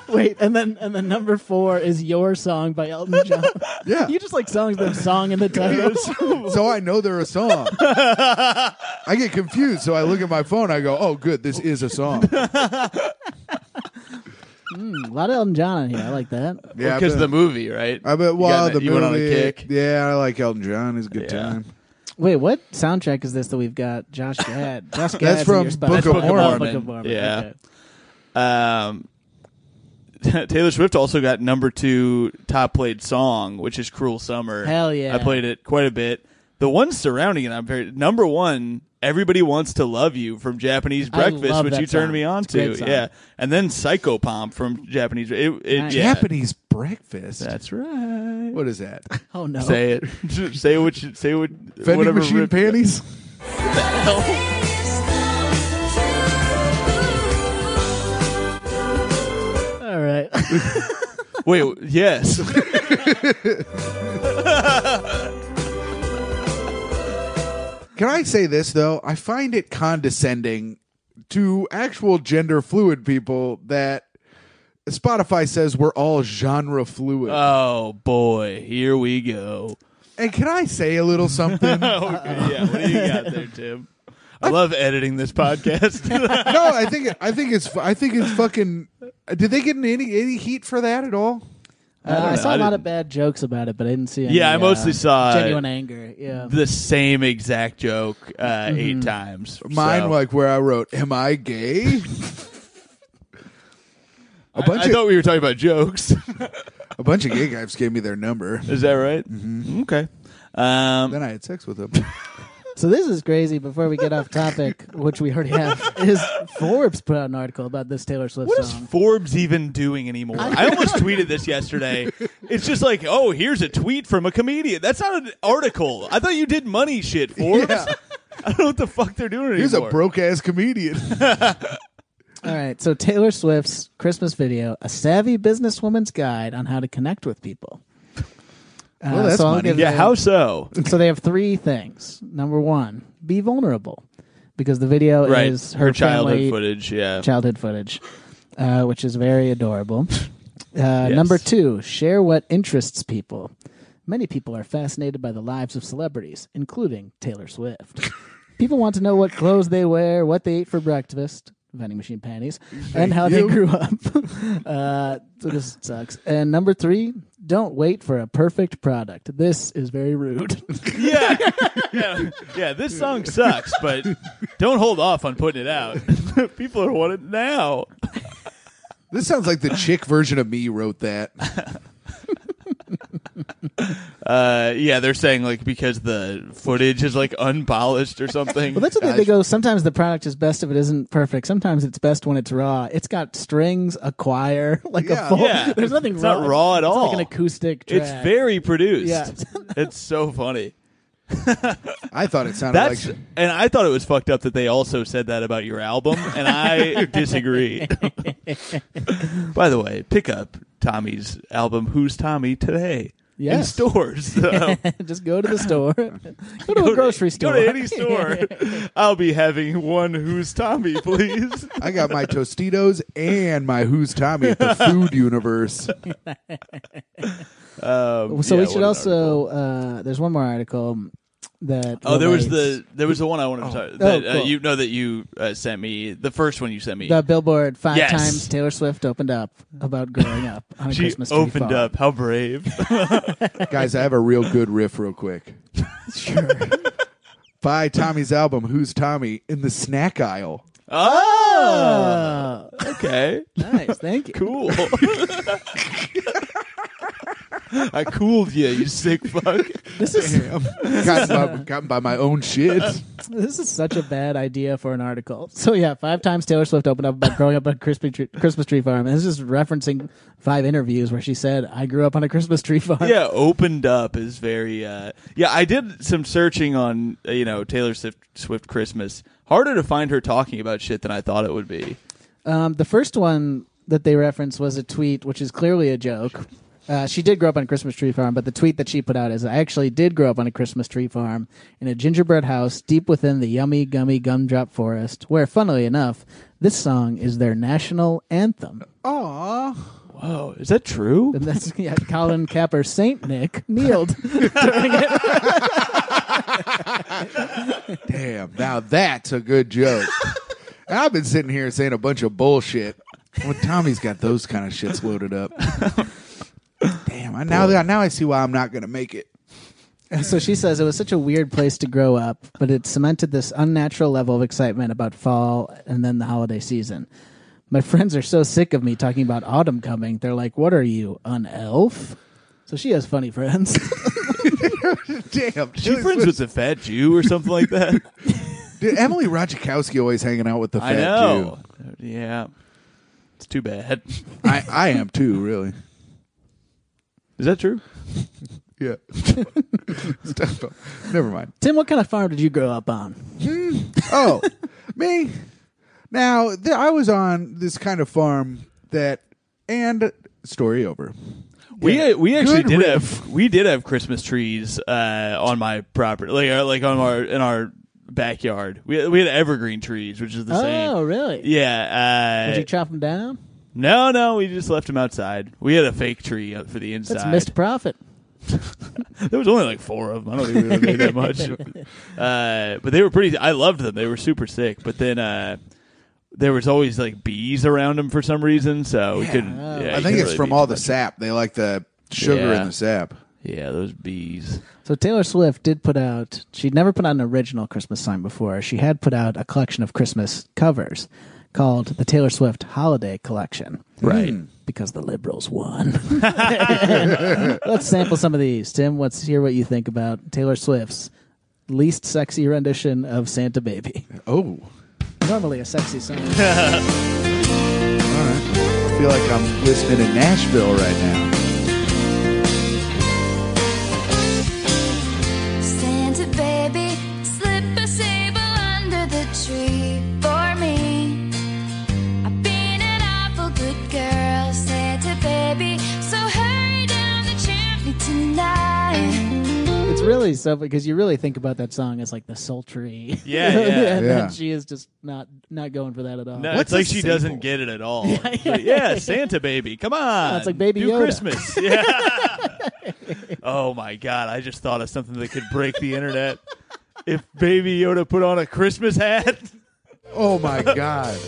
Speaker 5: Wait, and then and then number four is your song by Elton John. *laughs*
Speaker 6: Yeah.
Speaker 5: You just like songs that have song in the title.
Speaker 6: so I know they're a song. I get confused. So I look at my phone. I go, oh, good. This is
Speaker 4: *laughs*
Speaker 6: a song.
Speaker 5: a lot of Elton John on here. I
Speaker 4: *laughs*
Speaker 5: like that.
Speaker 6: Yeah, I
Speaker 4: because
Speaker 6: bet-
Speaker 4: of the movie, right?
Speaker 6: I bet.
Speaker 4: You
Speaker 6: Wow,
Speaker 4: got-
Speaker 6: the
Speaker 4: you
Speaker 6: movie.
Speaker 4: went on a kick.
Speaker 6: Yeah, I like Elton John. He's a good
Speaker 4: Yeah.
Speaker 6: time.
Speaker 5: Wait, what soundtrack is this that we've got?
Speaker 4: *laughs*
Speaker 5: Josh Gad. Josh Gad's in
Speaker 6: from
Speaker 5: your spot.
Speaker 6: Book of
Speaker 5: Oh,
Speaker 4: Mormon.
Speaker 5: Book of Mormon.
Speaker 4: Yeah.
Speaker 5: Okay.
Speaker 4: Um, *laughs* Taylor Swift also got number two top played song, which is "Cruel Summer."
Speaker 5: Hell yeah.
Speaker 4: I played it quite a bit. The ones surrounding it, I'm very number one. Everybody wants to love you from Japanese
Speaker 5: I
Speaker 4: Breakfast,
Speaker 5: love
Speaker 4: which
Speaker 5: that
Speaker 4: you turned
Speaker 5: song.
Speaker 4: me on
Speaker 5: It's a
Speaker 4: to.
Speaker 5: great song.
Speaker 4: Yeah, and then Psycho Pomp from Japanese. It, it,
Speaker 5: Nice.
Speaker 4: yeah.
Speaker 6: Japanese breakfast.
Speaker 4: That's right.
Speaker 6: what is that?
Speaker 5: Oh no.
Speaker 4: Say it. *laughs* say what. You, say what.
Speaker 6: Vending
Speaker 4: whatever
Speaker 6: machine
Speaker 4: riff-
Speaker 6: panties.
Speaker 5: All
Speaker 4: *laughs*
Speaker 5: right. Uh,
Speaker 4: Wait. w- Yes.
Speaker 6: *laughs*
Speaker 4: *laughs*
Speaker 6: Can I say this though? I find it condescending to actual gender fluid people that Spotify says we're all genre fluid.
Speaker 4: oh boy. Here we go.
Speaker 6: and can I say a little
Speaker 4: *laughs*
Speaker 6: something?
Speaker 4: Oh, Okay, yeah. What do you got there, Tim? I love editing this
Speaker 6: *laughs*
Speaker 4: podcast. *laughs*
Speaker 6: no, I think I think it's fu- I think it's fucking. Did they get any any heat for that at all?
Speaker 5: Uh, I,
Speaker 4: know.
Speaker 5: saw
Speaker 4: I
Speaker 5: a lot
Speaker 4: didn't-
Speaker 5: of bad jokes about it, but I didn't see. Any,
Speaker 4: Yeah, I
Speaker 5: uh,
Speaker 4: mostly saw-
Speaker 5: genuine anger. Yeah,
Speaker 4: the same exact joke uh, eight times.
Speaker 6: Mm-hmm. Mine
Speaker 4: so.
Speaker 6: like where I wrote, "Am I gay?" a bunch
Speaker 4: I
Speaker 6: of
Speaker 4: thought we were talking about jokes. *laughs*
Speaker 6: a bunch of gay guys gave me their number.
Speaker 4: Is that right? Mm-hmm. Okay. Um,
Speaker 6: Then I had sex with them.
Speaker 5: So this is crazy. Before we get off topic, *laughs* which we already have,
Speaker 4: *laughs*
Speaker 5: is Forbes put out an article about this Taylor Swift
Speaker 4: what is
Speaker 5: song.
Speaker 4: Forbes even doing anymore?
Speaker 6: *laughs*
Speaker 4: I almost tweeted this yesterday. It's just like, oh, here's a tweet from a comedian. That's not an article. I thought you did money shit, Forbes.
Speaker 6: *laughs* Yeah.
Speaker 4: *laughs* I don't know what the fuck they're doing anymore.
Speaker 6: Here's a broke ass comedian.
Speaker 5: All right, so Taylor Swift's Christmas video, a savvy businesswoman's guide on how to connect with people. Uh,
Speaker 6: Well, that's
Speaker 5: so I'll
Speaker 6: money.
Speaker 5: give
Speaker 4: yeah,
Speaker 5: you-
Speaker 4: how so?
Speaker 5: so they have three things. Number one, be vulnerable, because the video
Speaker 4: Right.
Speaker 5: is
Speaker 4: Her, childhood
Speaker 5: family-
Speaker 4: footage, yeah.
Speaker 5: childhood footage, uh, which is
Speaker 4: *laughs*
Speaker 5: very adorable. Uh,
Speaker 4: Yes.
Speaker 5: Number two, share what interests people. Many people are fascinated by the lives of celebrities, including
Speaker 4: *laughs*
Speaker 5: Taylor Swift. people want to know what clothes they wear, what they ate for breakfast, vending machine panties, and how they
Speaker 6: you.
Speaker 5: grew up. *laughs* uh, so this sucks. And number three, don't wait for a perfect product. This is very rude. *laughs*
Speaker 4: yeah. *laughs* yeah. Yeah, this song sucks, but don't hold off on putting it out. *laughs* People are wanting it now.
Speaker 6: this sounds like the chick version of me wrote that.
Speaker 4: Uh, yeah, they're saying like because the footage is like unpolished or something.
Speaker 5: Well, that's the thing. They go. Sometimes the product is best if it isn't perfect. Sometimes it's best when it's raw. It's got strings, a choir, *laughs* like
Speaker 6: Yeah.
Speaker 5: a full.
Speaker 4: Yeah.
Speaker 5: There's nothing
Speaker 4: It's
Speaker 5: raw.
Speaker 4: not raw at
Speaker 5: it's
Speaker 4: all.
Speaker 5: Like an acoustic. Track.
Speaker 4: it's very produced.
Speaker 5: Yeah.
Speaker 4: *laughs* it's so funny.
Speaker 6: I thought it sounded
Speaker 4: That's
Speaker 6: like
Speaker 4: and I thought it was fucked up that they also said that about your album, and
Speaker 5: *laughs*
Speaker 4: I disagree. By the way, pick up Tommy's album "Who's Tommy" today in
Speaker 5: Yes.
Speaker 4: stores.
Speaker 5: *laughs*
Speaker 4: So,
Speaker 5: *laughs* Just go
Speaker 4: *laughs*
Speaker 5: to the store. *laughs* go to a grocery store.
Speaker 4: Go to any store. *laughs* I'll be having one "Who's Tommy,"
Speaker 5: *laughs*
Speaker 4: please.
Speaker 6: I got my Tostitos and my Who's Tommy at the Food Universe.
Speaker 4: Um,
Speaker 5: So
Speaker 4: yeah,
Speaker 5: we
Speaker 4: what
Speaker 5: should
Speaker 4: an article.
Speaker 5: also. Uh, there's one more article that.
Speaker 4: Oh, there was
Speaker 5: relates
Speaker 4: the there was the one I wanted to talk that
Speaker 5: Oh,
Speaker 4: uh,
Speaker 5: cool.
Speaker 4: you know that you uh, sent me the first one you sent me.
Speaker 5: the Billboard five
Speaker 4: Yes.
Speaker 5: times Taylor Swift opened up about growing up on a
Speaker 4: she
Speaker 5: Christmas tree
Speaker 4: opened
Speaker 5: farm.
Speaker 4: up. How brave!
Speaker 5: *laughs*
Speaker 4: *laughs*
Speaker 6: Guys, I have a real good riff real quick.
Speaker 5: Sure.
Speaker 6: Buy Tommy's album, Who's Tommy, in the snack aisle.
Speaker 4: oh,
Speaker 5: Oh,
Speaker 4: Ah!
Speaker 5: *laughs*
Speaker 4: okay,
Speaker 5: nice. Thank you.
Speaker 4: cool. *laughs* I cooled you, you sick
Speaker 5: *laughs*
Speaker 4: fuck. *laughs*
Speaker 5: This is
Speaker 6: gotten, by, gotten by my own shit.
Speaker 5: This is such a bad idea for an article. So yeah, five times Taylor Swift opened up about growing up on a Christmas tree, Christmas tree farm, and this is referencing five interviews where she said, "I grew up on a Christmas tree farm."
Speaker 4: Yeah, opened up is very. Uh, yeah, I did some searching on uh, you know Taylor Swift, Swift Christmas. Harder to find her talking about shit than I thought it would be.
Speaker 5: Um, the first one that they referenced was a tweet, which is clearly a joke. Uh, she did grow up on a Christmas tree farm, but the tweet that she put out is, "I actually did grow up on a Christmas tree farm in a gingerbread house deep within the yummy gummy gumdrop forest, where, funnily enough, this song is their national anthem."
Speaker 6: Aww.
Speaker 4: Whoa, Oh, is that true?
Speaker 5: And that's yeah, Colin Capper Saint Nick kneeled. *laughs*
Speaker 6: Damn. Now that's a good joke. And I've been sitting here saying a bunch of bullshit. Well, Tommy's got those kind of shits loaded up. Damn. I, now, that- now I see why I'm not going to make it.
Speaker 5: So she says it was such a weird place to grow up, but it cemented this unnatural level of excitement about fall and then the holiday season. My friends are so sick of me talking about autumn coming. They're like, "What are you, an elf?" So she has funny friends. *laughs*
Speaker 6: Damn.
Speaker 4: She friends with the fat Jew or something like *laughs* that.
Speaker 6: Dude, Emily Ratajkowski always hanging out with the fat
Speaker 4: I know. Yeah. It's too bad.
Speaker 6: Jew. I, I am too, really. *laughs*
Speaker 4: Is that true?
Speaker 6: Yeah. *laughs* Stop. Never mind.
Speaker 5: Tim, what kind of farm did you grow up on?
Speaker 4: *laughs*
Speaker 6: Oh, me. Now, th- I was on this kind of farm that, and story over.
Speaker 4: We uh, we actually
Speaker 6: Good
Speaker 4: did
Speaker 6: riff.
Speaker 4: have we did have Christmas trees uh, on my property, like uh, like on our in our backyard. We we had evergreen trees, which is the same.
Speaker 5: Oh, really?
Speaker 4: Yeah.
Speaker 5: Did
Speaker 4: Uh,
Speaker 5: you chop them down?
Speaker 4: no, no, we just left them outside. We had a fake tree uh, for the
Speaker 5: That's
Speaker 4: inside.
Speaker 5: missed profit.
Speaker 4: there was only like four of them. I don't think we really made that much. Uh, but they were pretty. I loved them. They were super sick. But then uh, there was always like bees around them for some reason. So we couldn't. yeah, you
Speaker 6: I
Speaker 4: couldn't
Speaker 6: think it's
Speaker 4: really
Speaker 6: from
Speaker 4: do
Speaker 6: all
Speaker 4: too
Speaker 6: the
Speaker 4: much.
Speaker 6: sap. They like the sugar
Speaker 4: Yeah.
Speaker 6: in the sap.
Speaker 4: Yeah, those bees.
Speaker 5: So Taylor Swift did put out. She'd never put out an original Christmas song before. She had put out a collection of Christmas covers called the Taylor Swift Holiday Collection.
Speaker 4: Right.
Speaker 5: Because the liberals won. *laughs* Let's sample some of these. Tim, let's hear what you think about Taylor Swift's least sexy rendition of Santa Baby.
Speaker 6: Oh,
Speaker 5: Normally a sexy song.
Speaker 6: all right. I feel like I'm listening to Nashville right now.
Speaker 7: Santa baby, slip a sable under the tree for me. I've been an awful good girl, Santa baby. So hurry down the chimney tonight.
Speaker 5: *laughs* It's really so because you really think about that song as like the sultry.
Speaker 4: Yeah, yeah.
Speaker 5: *laughs* and
Speaker 6: Yeah.
Speaker 5: then she is just not not going for that at all.
Speaker 4: No,
Speaker 6: What's
Speaker 4: it's like
Speaker 6: a
Speaker 4: she
Speaker 6: sample?
Speaker 4: doesn't get it at all. It's like, Yeah, Santa baby, come on.
Speaker 5: it's like Baby
Speaker 4: Do
Speaker 5: Yoda.
Speaker 4: *laughs* Christmas. Yeah. oh my god, I just thought of something that could break the internet. If Baby Yoda put on a Christmas hat,
Speaker 6: Oh
Speaker 4: *laughs*
Speaker 6: my God.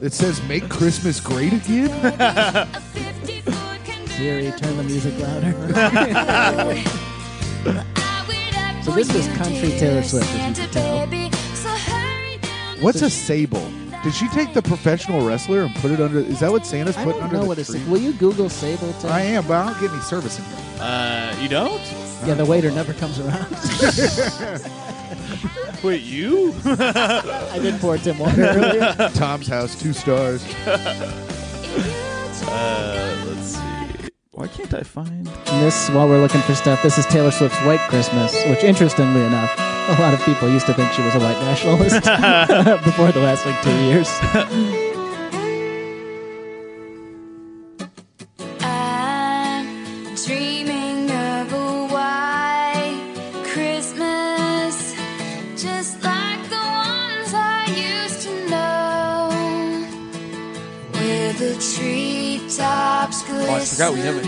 Speaker 6: It says "Make Christmas Great Again."
Speaker 7: A 50-foot
Speaker 5: Siri, turn the music louder.
Speaker 6: *laughs*
Speaker 5: So this was country Taylor Swift, as you can tell.
Speaker 6: What's a sable? Did she take the professional wrestler and put it under? Is that what Santa's
Speaker 5: I
Speaker 6: putting
Speaker 5: don't *laughs*
Speaker 6: under
Speaker 5: know
Speaker 6: the
Speaker 5: what it's.
Speaker 6: tree?
Speaker 5: Will you Google Sable? Tim?
Speaker 6: I am, but I don't get any service in
Speaker 4: *laughs* uh, you don't?
Speaker 5: Yeah, the waiter never comes
Speaker 6: *laughs*
Speaker 5: around.
Speaker 4: Wait, you? *laughs*
Speaker 5: I did pour Tim water earlier.
Speaker 6: here. Tom's house, two stars.
Speaker 4: uh, let's see. Why can't I find?
Speaker 5: And this, while we're looking for stuff, this is Taylor Swift's White Christmas, which, interestingly enough, a lot of people used to think she was a white nationalist
Speaker 4: *laughs*
Speaker 5: *laughs* before the last like two years.
Speaker 7: I'm dreaming of a white Christmas, just like the ones I used to know, where the treetops glisten.
Speaker 4: Oh, I forgot we have a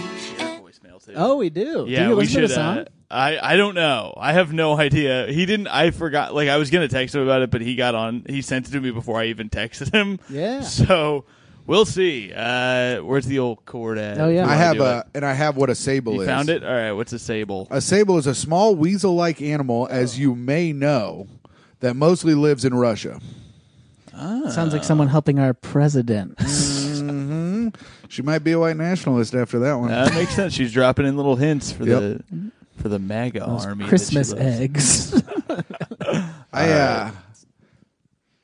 Speaker 4: voicemail too.
Speaker 5: Oh, we do.
Speaker 4: Yeah,
Speaker 5: do you
Speaker 4: we
Speaker 5: listen
Speaker 4: should.
Speaker 5: to the song?
Speaker 4: uh, I I don't know. I have no idea. He didn't. I forgot. Like I was gonna text him about it, but he got on. He sent it to me before I even texted him.
Speaker 5: Yeah.
Speaker 4: *laughs* So we'll see. Uh, where's the old cord at?
Speaker 5: Oh,
Speaker 4: If you
Speaker 5: yeah.
Speaker 6: I
Speaker 4: wanna
Speaker 6: have
Speaker 4: do
Speaker 6: a,
Speaker 4: it.
Speaker 6: and I have what a sable
Speaker 4: You
Speaker 6: is.
Speaker 4: found it. All right. What's a sable?
Speaker 6: A sable is a small weasel-like animal, as you may know, that mostly lives in Russia.
Speaker 5: Sounds like someone helping our president.
Speaker 4: Mm,
Speaker 6: She might be a white nationalist after that one.
Speaker 4: that Uh, makes sense. She's dropping in little hints for
Speaker 6: Yep.
Speaker 4: the for the MAGA army. that she
Speaker 5: Christmas
Speaker 4: loves.
Speaker 5: eggs.
Speaker 6: *laughs*
Speaker 4: *laughs*
Speaker 6: I uh,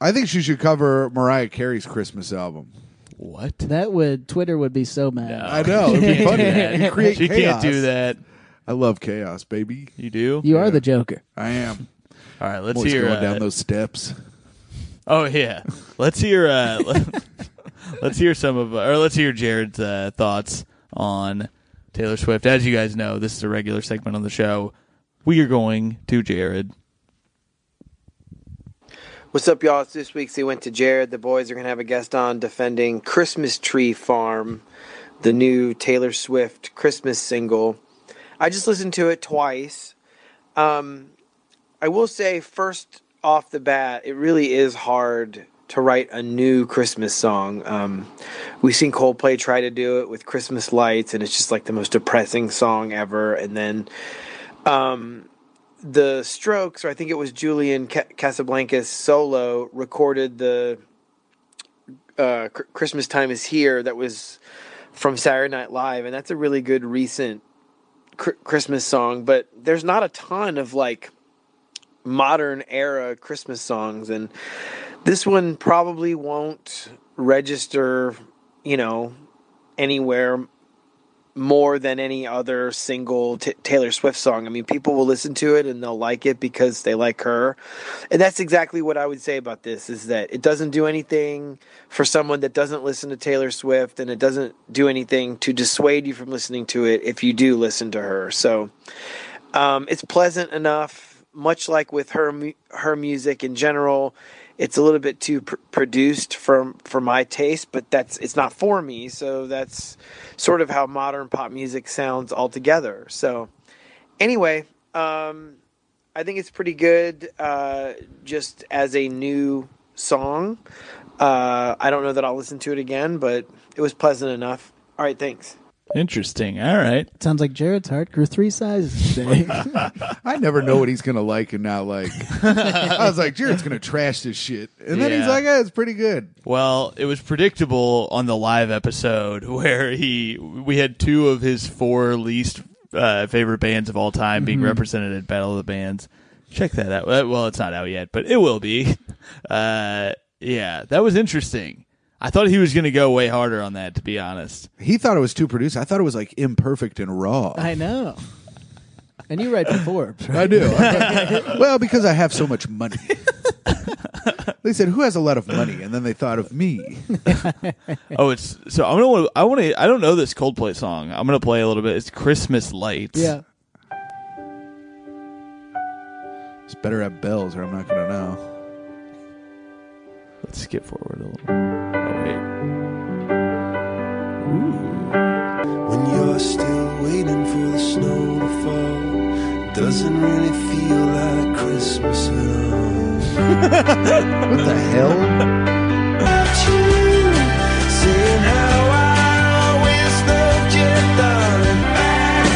Speaker 6: I think she should cover Mariah Carey's Christmas album.
Speaker 4: What?
Speaker 5: that would Twitter would be so mad.
Speaker 6: I know, it'd be
Speaker 4: Can't do *laughs*
Speaker 6: funny.
Speaker 4: that.
Speaker 6: You create
Speaker 4: she
Speaker 6: chaos.
Speaker 4: can't do that.
Speaker 6: I love chaos, baby.
Speaker 4: You do.
Speaker 5: You are the Joker.
Speaker 6: I am.
Speaker 4: All right. Let's
Speaker 6: I'm always
Speaker 4: hear
Speaker 6: going
Speaker 4: uh,
Speaker 6: down those steps.
Speaker 4: Oh yeah. Let's hear uh *laughs* let- let's hear some of or let's hear Jared's uh, thoughts on Taylor Swift. As you guys know, this is a regular segment on the show. We are going to Jared.
Speaker 2: What's up, y'all? It's this week's They Went to Jared. The boys are going to have a guest on defending Christmas Tree Farm, the new Taylor Swift Christmas single. I just listened to it twice. Um, I will say, first off the bat, it really is hard to write a new Christmas song. Um, we've seen Coldplay try to do it with Christmas Lights, and it's just like the most depressing song ever. And then the Strokes, or I think it was Julian Ca- Casablancas solo, recorded the uh, Cr- Christmas Time Is Here that was from Saturday Night Live, and that's a really good recent cr- Christmas song. But there's not a ton of like modern era Christmas songs, and this one probably won't register, you know, anywhere more than any other single t- Taylor Swift song. I mean, people will listen to it and they'll like it because they like her. And that's exactly what I would say about this is that it doesn't do anything for someone that doesn't listen to Taylor Swift and it doesn't do anything to dissuade you from listening to it if you do listen to her. So, um, it's pleasant enough, much like with her mu- her music in general. It's a little bit too pr- produced for for my taste, but that's it's not for me. So that's sort of how modern pop music sounds altogether. So anyway, um, I think it's pretty good uh, just as a new song. Uh, I don't know that I'll listen to it again, but it was pleasant enough. All right, thanks.
Speaker 4: Interesting. All right.
Speaker 5: Sounds like Jared's heart grew three
Speaker 4: *laughs*
Speaker 5: sizes today.
Speaker 6: I never know what he's gonna like and not like. I was like, Jared's gonna trash this shit, and then
Speaker 4: Yeah.
Speaker 6: he's like, yeah, it's pretty good.
Speaker 4: Well, it was predictable on the live episode *laughs* where he we had two of his four least uh, favorite bands of all time being represented at Battle of the Bands. Check that out. Uh, Well, it's not out yet, but it will be. *laughs* Uh, yeah, that was interesting. I thought he was going to go way harder on that, to be honest.
Speaker 6: He thought it was too produced. I thought it was like imperfect and raw.
Speaker 5: I know. And you write for Forbes, right?
Speaker 4: *laughs*
Speaker 6: I do. *laughs* well, because I have so much money. they said, "Who has a lot of money?" And then they thought of me.
Speaker 4: Oh, it's so I'm gonna. I want to. I don't know this Coldplay song. I'm gonna play a little bit. It's Christmas Lights.
Speaker 5: Yeah.
Speaker 6: It's better at bells, or I'm not gonna know.
Speaker 4: Let's skip forward a little. Oh, wait. Ooh.
Speaker 8: when you're still waiting for the snow to fall. Doesn't really feel like Christmas at all.
Speaker 6: *laughs* What the hell?
Speaker 8: Saying how I always loved you, darling, back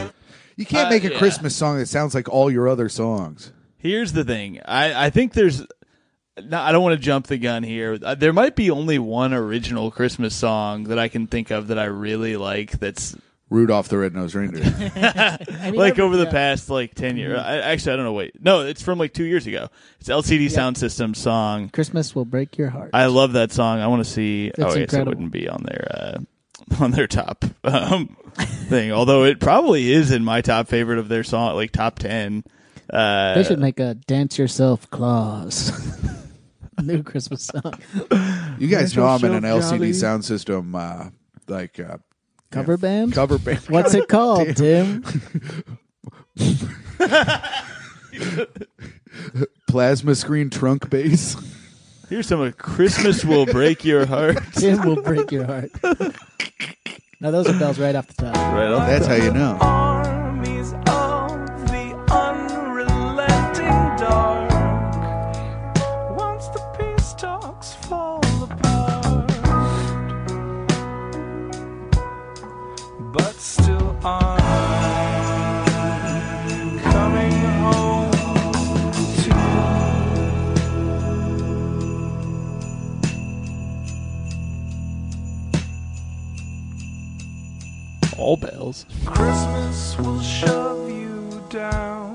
Speaker 8: to me. Then
Speaker 6: You can't
Speaker 4: Uh,
Speaker 6: make a
Speaker 4: yeah.
Speaker 6: Christmas song that sounds like all your other songs.
Speaker 4: Here's the thing. I, I think there's. No, I don't want to jump the gun here. Uh, There might be only one original Christmas song that I can think of that I really like. That's
Speaker 6: Rudolph the Red-Nosed Reindeer.
Speaker 4: like over the past like ten years. I, actually, I don't know. Wait, no, it's from like two years ago. It's LCD Sound System song.
Speaker 5: Christmas will break your heart.
Speaker 4: I love that song. I want to see. oh, yes, it
Speaker 5: incredible.
Speaker 4: wouldn't be on their uh, *laughs* on their top um, thing. Although it probably is in my top favorite of their song, like top ten. Uh,
Speaker 5: they should make a dance yourself clause. New Christmas song.
Speaker 6: you
Speaker 4: *laughs*
Speaker 6: guys know I'm in an
Speaker 4: Jolly.
Speaker 6: LCD sound system, uh, like uh,
Speaker 5: *laughs* Cover band?
Speaker 6: cover band.
Speaker 5: What's it called, Tim?
Speaker 6: Plasma screen trunk bass.
Speaker 4: here's some of Christmas will break your heart.
Speaker 5: Tim will break your heart. now those are bells right off the top.
Speaker 4: Right off
Speaker 6: *laughs* That's how you know.
Speaker 8: armies of the unrelenting dark. Once the peace talks fall apart, but still I'm coming home to you.
Speaker 4: *laughs* all bells.
Speaker 8: Christmas will shove you down.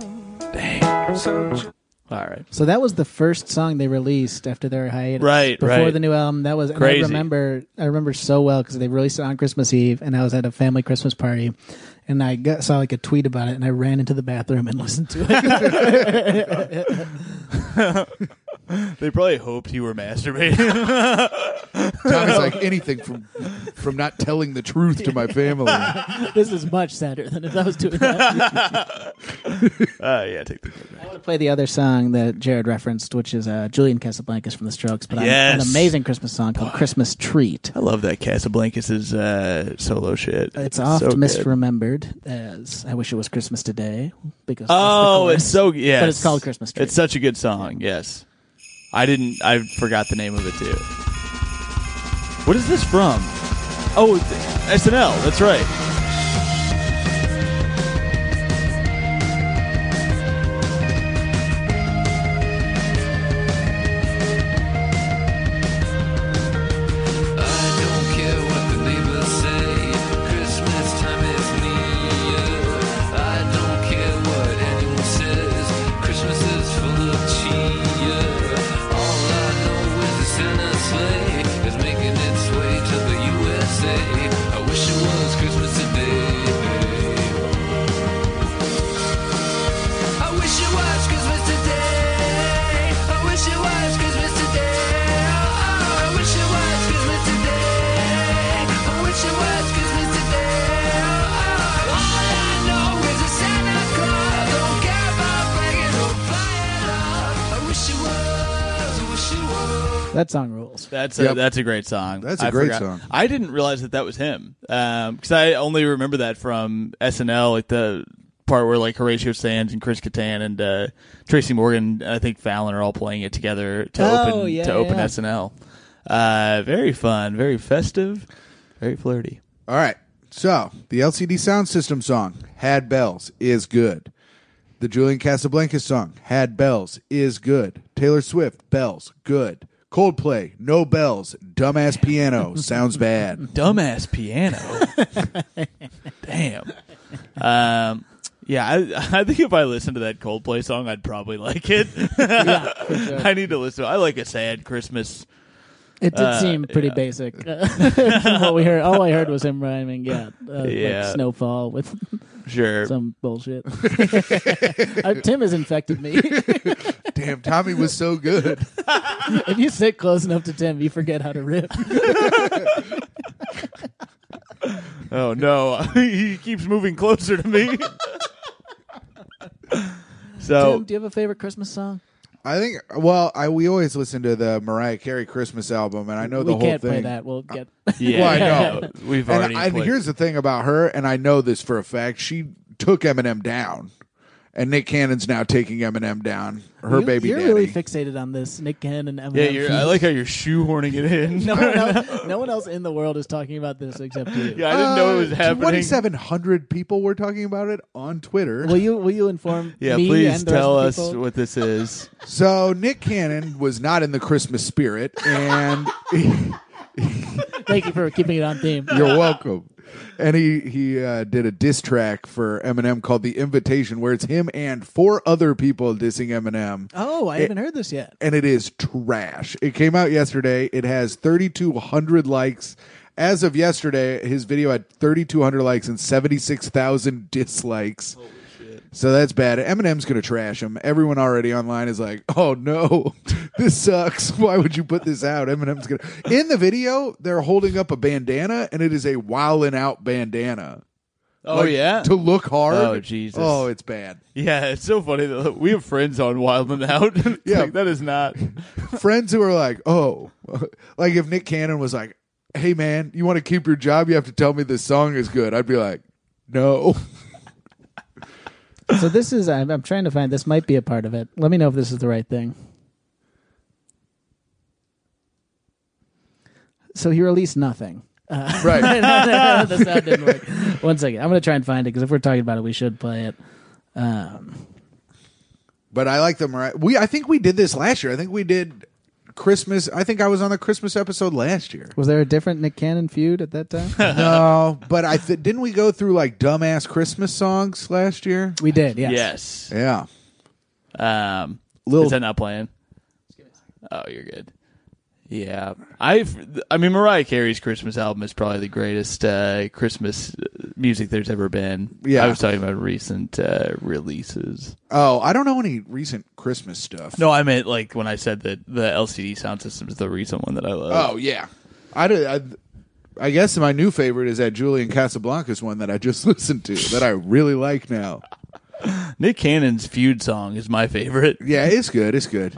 Speaker 8: So just
Speaker 4: All right.
Speaker 5: So that was the first song they released after their hiatus.
Speaker 4: Right,
Speaker 5: Before
Speaker 4: right.
Speaker 5: the new album. That was and
Speaker 4: Crazy.
Speaker 5: I remember I remember so well because they released it on Christmas Eve and I was at a family Christmas party and I got, saw like a tweet about it and I ran into the bathroom and *laughs* listened to it.
Speaker 4: They probably hoped you were *laughs* masturbating.
Speaker 6: Tommy's like anything from from not telling the truth to my
Speaker 5: *laughs*
Speaker 6: family.
Speaker 5: this is much sadder than if I was doing that.
Speaker 4: *laughs* uh, yeah, take the card back.
Speaker 5: I'm going to play the other song that Jared referenced, which is uh, Julian Casablancas from The Strokes, but on-
Speaker 4: Yes.
Speaker 5: an amazing Christmas song called Christmas Treat.
Speaker 4: I love that Casablancas' uh, solo shit.
Speaker 5: It's oft
Speaker 4: so good.
Speaker 5: misremembered as I Wish It Was Christmas Today. because that's the
Speaker 4: Oh,
Speaker 5: chorus.
Speaker 4: it's so yeah.
Speaker 5: But it's called Christmas Tree.
Speaker 4: It's such a good song. Yes, I didn't. I forgot the name of it too. What is this from? Oh, th- SNL. That's right.
Speaker 8: I don't care what the neighbors say. Christmas time is near. I don't care what anyone says. Christmas is full of cheer. All I know is the Santa sleigh is making its way to the USA. I wish it was Christmas
Speaker 5: That song rules.
Speaker 4: That's a
Speaker 6: Yep.
Speaker 4: that's a great song.
Speaker 6: That's a
Speaker 4: I
Speaker 6: great
Speaker 4: forgot-
Speaker 6: song.
Speaker 4: I didn't realize that that was him because I only remember that from SNL, like the part where like Horatio Sands and Chris Kattan and uh, Tracy Morgan, I think Fallon are all playing it together to
Speaker 5: Oh,
Speaker 4: open
Speaker 5: yeah,
Speaker 4: to open
Speaker 5: yeah.
Speaker 4: SNL. Uh, very fun, very festive, very flirty.
Speaker 6: All right. So the LCD Sound System song "Had Bells" is good. The Julian Casablancas song "Had Bells" is good. Taylor Swift "Bells" good. Coldplay "No Bells" dumbass piano
Speaker 5: *laughs*
Speaker 6: sounds bad.
Speaker 4: dumbass piano. Damn. Um, yeah, I, I think if I listened to that Coldplay song, I'd probably like
Speaker 5: *laughs*
Speaker 4: it. *laughs* I need to listen. I like a sad Christmas.
Speaker 5: It did seem pretty basic. Uh, *laughs* from what we heard, all I heard was him rhyming. Yeah, uh,
Speaker 4: Yeah.
Speaker 5: Like snowfall with *laughs*
Speaker 4: Sure.
Speaker 5: some bullshit. *laughs* Uh, Tim has infected me. *laughs*
Speaker 6: Damn, Tommy was so good.
Speaker 5: if you sit close enough to Tim, you forget how to
Speaker 4: *laughs*
Speaker 5: rip.
Speaker 4: Oh no, *laughs* he keeps moving closer to me. *laughs* so Oh.
Speaker 5: Tim, do you have a favorite Christmas song?
Speaker 6: I think. Well, I we always listen to the Mariah Carey Christmas album, and I know the
Speaker 5: we
Speaker 6: whole
Speaker 5: can't
Speaker 6: thing.
Speaker 5: play that. We'll
Speaker 6: *laughs*
Speaker 5: get.
Speaker 4: yeah,
Speaker 6: Well, I know.
Speaker 4: *laughs* we've
Speaker 6: and,
Speaker 4: already.
Speaker 6: I- and
Speaker 4: played-
Speaker 6: here's the thing about her, and I know this for a fact. She took Eminem down, and Nick Cannon's now taking Eminem down. Her
Speaker 5: You-
Speaker 6: baby
Speaker 5: You're
Speaker 6: daddy.
Speaker 5: really fixated on this Nick Cannon and Eminem.
Speaker 4: yeah, you're, I like how you're shoehorning it in.
Speaker 5: *laughs* no one, else, no one else in the world is talking about this except you.
Speaker 4: *laughs* yeah, I didn't know it was happening.
Speaker 6: Uh, Twenty-seven hundred people were talking about it on Twitter.
Speaker 5: Will you will you inform
Speaker 4: Yeah,
Speaker 5: me
Speaker 4: please
Speaker 5: and the rest
Speaker 4: tell
Speaker 5: of the
Speaker 4: us
Speaker 5: people?
Speaker 4: what this
Speaker 5: *laughs*
Speaker 4: is.
Speaker 6: so Nick Cannon was not in the Christmas spirit, and *laughs*
Speaker 5: Thank you for keeping it on *laughs* theme.
Speaker 6: You're welcome. And he he uh, did a diss track for Eminem called "The Invitation," where it's him and four other people dissing Eminem,
Speaker 5: Oh, I haven't heard this yet.
Speaker 6: and it is trash. It came out yesterday. It has 3,200 likes. As of yesterday, his video had 3,200 likes and 76,000 *laughs* dislikes. So that's bad. Eminem's gonna trash him. Everyone already online is like, "Oh no, *laughs* this sucks. *laughs* Why would you put this out?" Eminem's
Speaker 4: *laughs*
Speaker 6: gonna. In the video, they're holding up a bandana, and it is a wildin' out bandana.
Speaker 4: Oh
Speaker 6: Like,
Speaker 4: yeah,
Speaker 6: to look hard.
Speaker 4: Oh, Jesus.
Speaker 6: Oh, it's bad.
Speaker 4: Yeah, it's so funny. Though. We have friends on Wild and Out. *laughs* It's
Speaker 6: Yeah.
Speaker 4: like, that is
Speaker 6: *laughs*
Speaker 4: not.
Speaker 6: friends who are like, oh, *laughs* like if Nick Cannon was like, hey man, you want to keep your job? You have to tell me this song is good. I'd be like, no. *laughs*
Speaker 5: So this is I'm, I'm trying to find this might be a part of it. Let me know if this is the right thing. So he released *laughs* nothing.
Speaker 6: right.
Speaker 5: the sound didn't work. *laughs* One second, I'm gonna try and find it because if we're talking about it, we should play it.
Speaker 6: But I like them. Right. We. I think we did this last year. I think we did Christmas. I think I was on the Christmas episode last year.
Speaker 5: Was there a different Nick Cannon feud at that time?
Speaker 6: No, but I th- didn't. We go through like dumbass Christmas songs last year.
Speaker 5: *laughs* we did, yes.
Speaker 4: Yes.
Speaker 6: Yeah.
Speaker 4: Um,
Speaker 6: Lil-
Speaker 4: is that not playing? Oh, you're good. Yeah, I've. I mean, Mariah Carey's Christmas album is probably the greatest uh, Christmas music there's ever been.
Speaker 6: Yeah.
Speaker 4: I was talking about recent uh, releases.
Speaker 6: Oh, I don't know any recent Christmas stuff.
Speaker 4: No, I meant like when I said that the LCD sound system is the recent one that I love.
Speaker 6: Oh yeah. I did. I, I guess my new favorite is that Julian Casablancas one that I just *laughs* listened to that I really like now.
Speaker 4: Nick Cannon's feud song is my favorite.
Speaker 6: Yeah, it's good. It's good.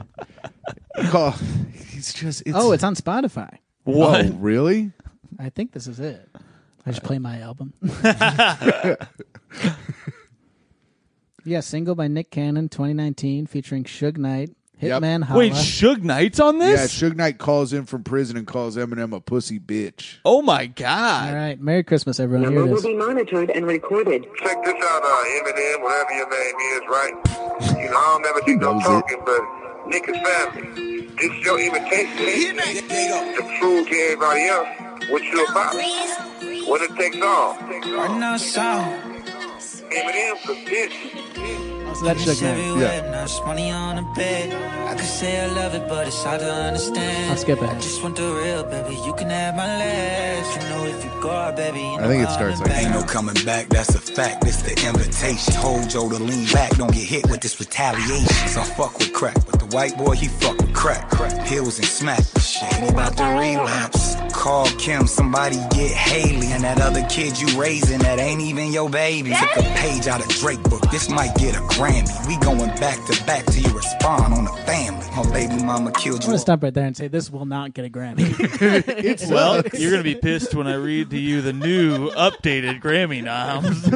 Speaker 6: Call. He's just. It's,
Speaker 5: Oh, it's on Spotify.
Speaker 4: What?
Speaker 6: Oh, really?
Speaker 5: I think this is it. I
Speaker 4: Uh,
Speaker 5: should play
Speaker 4: *laughs*
Speaker 5: my album. *laughs* yeah, single by Nick Cannon, 2019, featuring Suge Knight,
Speaker 6: Yep.
Speaker 5: Hitman Holla.
Speaker 4: *laughs* Wait, Suge Knight's on
Speaker 6: Yeah,
Speaker 4: this?
Speaker 6: Suge Knight calls in from prison and calls Eminem a pussy bitch.
Speaker 4: oh my god!
Speaker 5: All right, Merry Christmas, everyone. Here
Speaker 9: Number
Speaker 5: it
Speaker 9: will
Speaker 5: is.
Speaker 9: be monitored and recorded.
Speaker 10: Check this out, uh, Eminem, whatever your name is, right? You know, I don't never do no
Speaker 6: knows it.
Speaker 10: talking, but Nick is family. This is your invitation to prove to everybody else what you're about. What it takes off. Eminem's a bitch.
Speaker 5: So that's Suge Knight.
Speaker 6: Yeah.
Speaker 11: money on the bed. I could say I love it, but it's hard to understand.
Speaker 5: I'll skip it.
Speaker 11: Just want the real, baby. You can have my last. You know if you go out, baby. You
Speaker 6: I think it starts like
Speaker 11: Ain't
Speaker 6: that.
Speaker 11: no coming back, that's a fact. This the invitation. Hold Joe to lean back, don't get hit with this retaliation. Some fuck with crack, but the white boy, he fuck with crack. Pills and smack. Shit, ain't about the relapse. call Kim, somebody get Haley. And that other kid you raising that ain't even your baby. Took a page out of Drake book, this might get a Grammy. We going back to back till you respond on the family. My baby mama killed
Speaker 5: I'm
Speaker 11: you.
Speaker 5: gonna stop right there and say this will not get a Grammy. *laughs*
Speaker 4: Well, you're going to be pissed when I read to you the new updated Grammy noms. *laughs*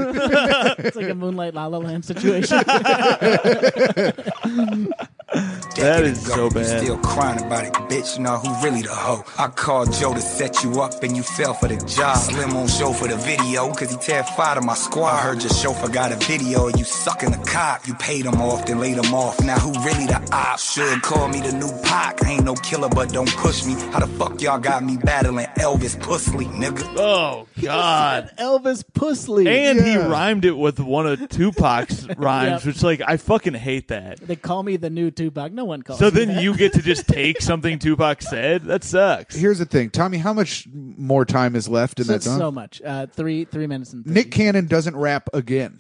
Speaker 5: it's like a Moonlight La La Land situation.
Speaker 4: That
Speaker 11: decade
Speaker 4: is
Speaker 11: ago.
Speaker 4: so
Speaker 11: You
Speaker 4: bad.
Speaker 11: Still crying about it, bitch. Now who really the hoe? I called Joe to set you up, and you fell for the job. Slim on show for the video, cause he terrified of my squad. I heard your chauffeur got a video of you sucking a cop. You paid him off, then laid him off. Now who really the op? Should call me the new Pac. I ain't no killer, but don't push me. How the fuck y'all got me battling Elvis Pusley, nigga?
Speaker 4: Oh, God.
Speaker 5: Elvis Pusley.
Speaker 4: And he
Speaker 6: Yeah.
Speaker 4: rhymed it with one of *laughs* Tupac's rhymes,
Speaker 5: Yep.
Speaker 4: which, like, I fucking hate that.
Speaker 5: they call me the new Tupac. No one calls.
Speaker 4: So
Speaker 5: me
Speaker 4: then
Speaker 5: that.
Speaker 4: you get to just take something Tupac said? That sucks.
Speaker 6: Here's the thing, Tommy. How much more time is left in
Speaker 5: So,
Speaker 6: that song?
Speaker 5: so much. Uh, three three minutes and 30.
Speaker 6: Nick Cannon doesn't rap again.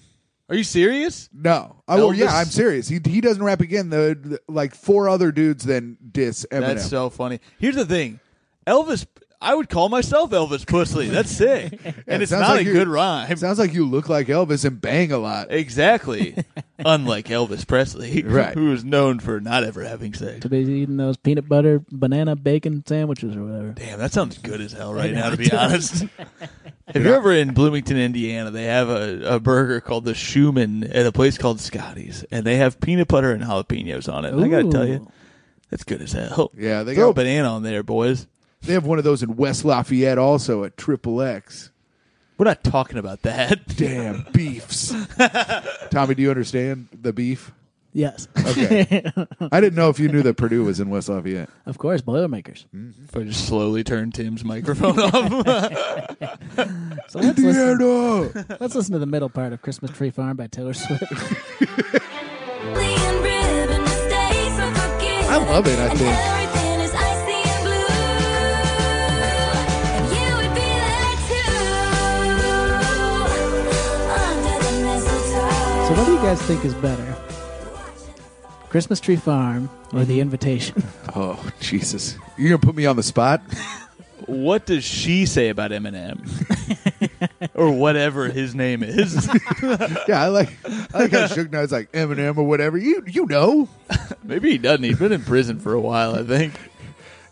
Speaker 4: Are you serious?
Speaker 6: No. Oh,
Speaker 4: Elvis-
Speaker 6: yeah, I'm serious. He, he doesn't rap again. The, the- like four other dudes then diss Eminem.
Speaker 4: That's so funny. Here's the thing Elvis, I would call myself Elvis Pusley. That's *laughs* sick. And it's
Speaker 6: Sounds
Speaker 4: not
Speaker 6: like
Speaker 4: a
Speaker 6: you-
Speaker 4: good rhyme.
Speaker 6: Sounds like you look like Elvis and bang a lot. *laughs*
Speaker 4: Exactly. Unlike Elvis Presley,
Speaker 6: Right.
Speaker 4: who is known for not ever having sex.
Speaker 5: to be eating those peanut butter banana bacon sandwiches or whatever.
Speaker 4: Damn, that sounds good as hell right now, to be honest. If you're ever in Bloomington, Indiana, they have a, a burger called the Schumann at a place called Scotty's, and they have peanut butter and jalapenos on it. And I got to tell you,
Speaker 5: Ooh.
Speaker 4: that's good as hell.
Speaker 6: Yeah, they
Speaker 4: Throw
Speaker 6: got-
Speaker 4: a banana on there, boys.
Speaker 6: They have one of those in West Lafayette also at Triple X.
Speaker 4: We're not talking about that. *laughs*
Speaker 6: Damn beefs. Tommy, do you understand the beef?
Speaker 5: Yes,
Speaker 4: *laughs*
Speaker 5: *laughs*
Speaker 6: Okay. I didn't know if you knew that Purdue was in West Lafayette.
Speaker 5: of course, Boilermakers.
Speaker 4: If I just slowly turn Tim's microphone *laughs* off.
Speaker 5: So let's listen,
Speaker 6: Indiana.
Speaker 5: let's listen to the middle part of Christmas Tree Farm by Taylor Swift.
Speaker 7: I
Speaker 6: love it, I think.
Speaker 7: Everything is icy and blue. And you would be there too. Under the mistletoe.
Speaker 5: So, what do you guys think is better, Christmas Tree Farm or
Speaker 4: Mm-hmm. *laughs*
Speaker 5: The Invitation?
Speaker 6: *laughs* Oh, Jesus. You're going to put me on the spot?
Speaker 4: what does she say about Eminem? or whatever his name is.
Speaker 6: Yeah, I like I
Speaker 4: *laughs*
Speaker 6: like how Suge Knight's like Eminem or whatever. You you know.
Speaker 4: Maybe he doesn't. He's been in prison for a while, I think.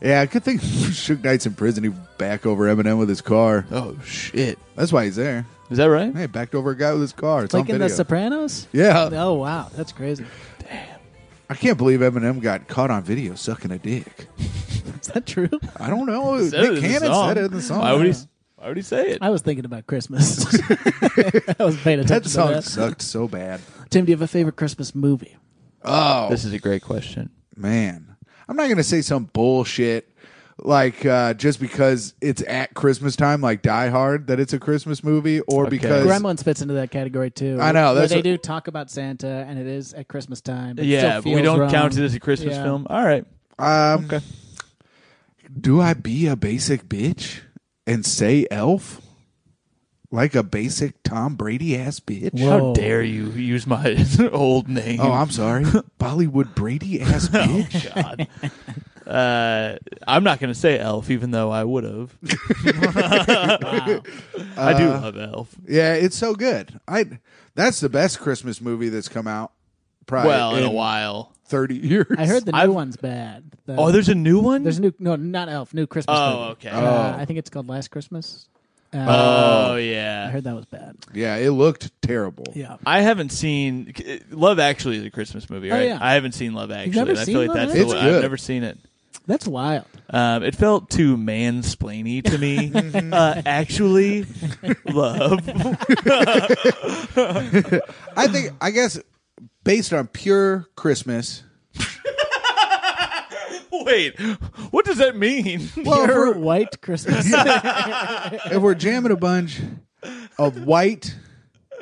Speaker 6: Yeah, good thing *laughs* Suge Knight's in prison. He back over Eminem with his car.
Speaker 4: Oh, shit.
Speaker 6: That's why he's there.
Speaker 4: Is that right?
Speaker 6: Hey, backed over a guy with his car. It's
Speaker 5: like
Speaker 6: on
Speaker 5: in
Speaker 6: video.
Speaker 5: The Sopranos?
Speaker 6: yeah.
Speaker 5: Oh wow, that's crazy.
Speaker 6: I can't believe Eminem got caught on video sucking a dick.
Speaker 5: Is that true?
Speaker 6: I don't know.
Speaker 4: Said it in
Speaker 6: Nick
Speaker 4: the
Speaker 6: Cannon
Speaker 4: song.
Speaker 6: said it in the song.
Speaker 4: Why would he? Why would he say it?
Speaker 5: I was thinking
Speaker 4: *laughs*
Speaker 5: about Christmas. *laughs* I was paying attention
Speaker 6: that song
Speaker 5: to that.
Speaker 6: sucked so bad.
Speaker 5: Tim, do you have a favorite Christmas movie?
Speaker 6: Oh
Speaker 4: This is a great question.
Speaker 6: man, I'm not gonna say some bullshit like uh, just because it's at Christmas time, like Die Hard, that it's a Christmas movie, or
Speaker 4: Okay.
Speaker 6: because
Speaker 5: Gremlins fits into that category too.
Speaker 6: I know,
Speaker 5: Where
Speaker 6: that's
Speaker 5: they
Speaker 6: what-
Speaker 5: do talk about Santa, and it is at Christmas time. But it
Speaker 4: yeah,
Speaker 5: still
Speaker 4: but we
Speaker 5: feels
Speaker 4: don't
Speaker 5: wrong.
Speaker 4: count it as a Christmas
Speaker 5: Yeah.
Speaker 4: film. All right.
Speaker 6: um, do I be a basic bitch and say Elf like a basic Tom Brady ass bitch?
Speaker 4: How
Speaker 5: Whoa.
Speaker 4: dare you use my *laughs* old name?
Speaker 6: Oh,
Speaker 4: *laughs*
Speaker 6: I'm sorry, Bollywood Brady ass bitch.
Speaker 4: God. *laughs* Uh, I'm not going to say Elf, even though I would
Speaker 6: *laughs*
Speaker 4: have. *laughs* I do love Elf.
Speaker 6: Uh, Yeah, it's so good. I that's the best Christmas movie that's come out. Probably
Speaker 4: Well, in a while.
Speaker 6: thirty years.
Speaker 5: I heard the new
Speaker 4: I've-
Speaker 5: one's bad. The-
Speaker 4: Oh, there's a new one.
Speaker 5: there's a new no, not Elf, new Christmas.
Speaker 4: Oh,
Speaker 5: movie.
Speaker 4: okay.
Speaker 5: Uh, I think it's called Last Christmas. Uh,
Speaker 4: oh
Speaker 5: I
Speaker 4: yeah.
Speaker 5: heard that was bad.
Speaker 6: Yeah, it looked terrible.
Speaker 5: Yeah.
Speaker 4: I haven't seen Love Actually is a Christmas movie, right?
Speaker 5: Oh, yeah.
Speaker 4: I haven't seen Love Actually.
Speaker 5: never
Speaker 4: and I
Speaker 5: seen
Speaker 4: feel like
Speaker 5: Love
Speaker 4: that's
Speaker 5: Actually?
Speaker 4: the
Speaker 6: It's
Speaker 4: one.
Speaker 6: good.
Speaker 4: I've never seen it.
Speaker 5: That's wild.
Speaker 4: Um, it felt too mansplainy to me. uh, actually, love. *laughs*
Speaker 6: I think I guess based on pure Christmas.
Speaker 4: Wait, what does that mean?
Speaker 6: Well, if
Speaker 5: Pure
Speaker 6: we're,
Speaker 5: white Christmas.
Speaker 4: *laughs*
Speaker 6: if we're jamming a bunch of white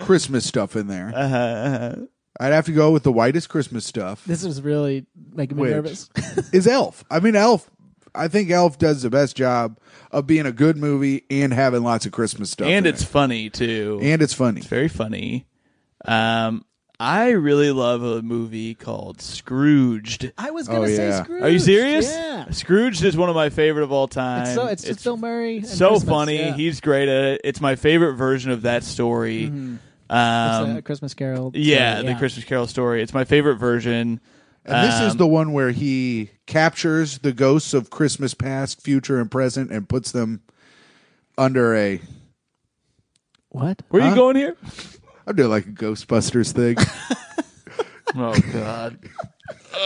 Speaker 6: Christmas stuff in there, I'd have to go with the whitest Christmas stuff.
Speaker 5: this is really making me
Speaker 6: Which
Speaker 4: *laughs*
Speaker 5: nervous.
Speaker 6: is Elf. I mean, Elf. I think Elf does the best job of being a good movie and having lots of Christmas stuff.
Speaker 4: and
Speaker 6: in
Speaker 4: it's
Speaker 6: it.
Speaker 4: funny too.
Speaker 6: and it's funny.
Speaker 4: very funny. Um, I really love a movie called Scrooged.
Speaker 5: I was
Speaker 6: Oh,
Speaker 5: gonna say
Speaker 6: yeah.
Speaker 5: Scrooge.
Speaker 4: Oh, Are you serious?
Speaker 5: Yeah. Yeah.
Speaker 4: Scrooged is one of my favorite of all time.
Speaker 5: It's so it's, just Bill Murray. and
Speaker 4: so
Speaker 5: Christmas,
Speaker 4: funny.
Speaker 5: yeah.
Speaker 4: He's great at it. It's my favorite version of that story.
Speaker 5: It's
Speaker 4: Um,
Speaker 5: a Christmas Carol.
Speaker 4: yeah,
Speaker 5: story,
Speaker 4: the Christmas Carol story. It's my favorite version.
Speaker 6: And this is
Speaker 4: Um,
Speaker 6: the one where he captures the ghosts of Christmas past, future, and present and puts them under a.
Speaker 5: What?
Speaker 4: Where
Speaker 6: Huh?
Speaker 4: you going here?
Speaker 6: I'm doing like a Ghostbusters thing.
Speaker 4: *laughs* Oh God!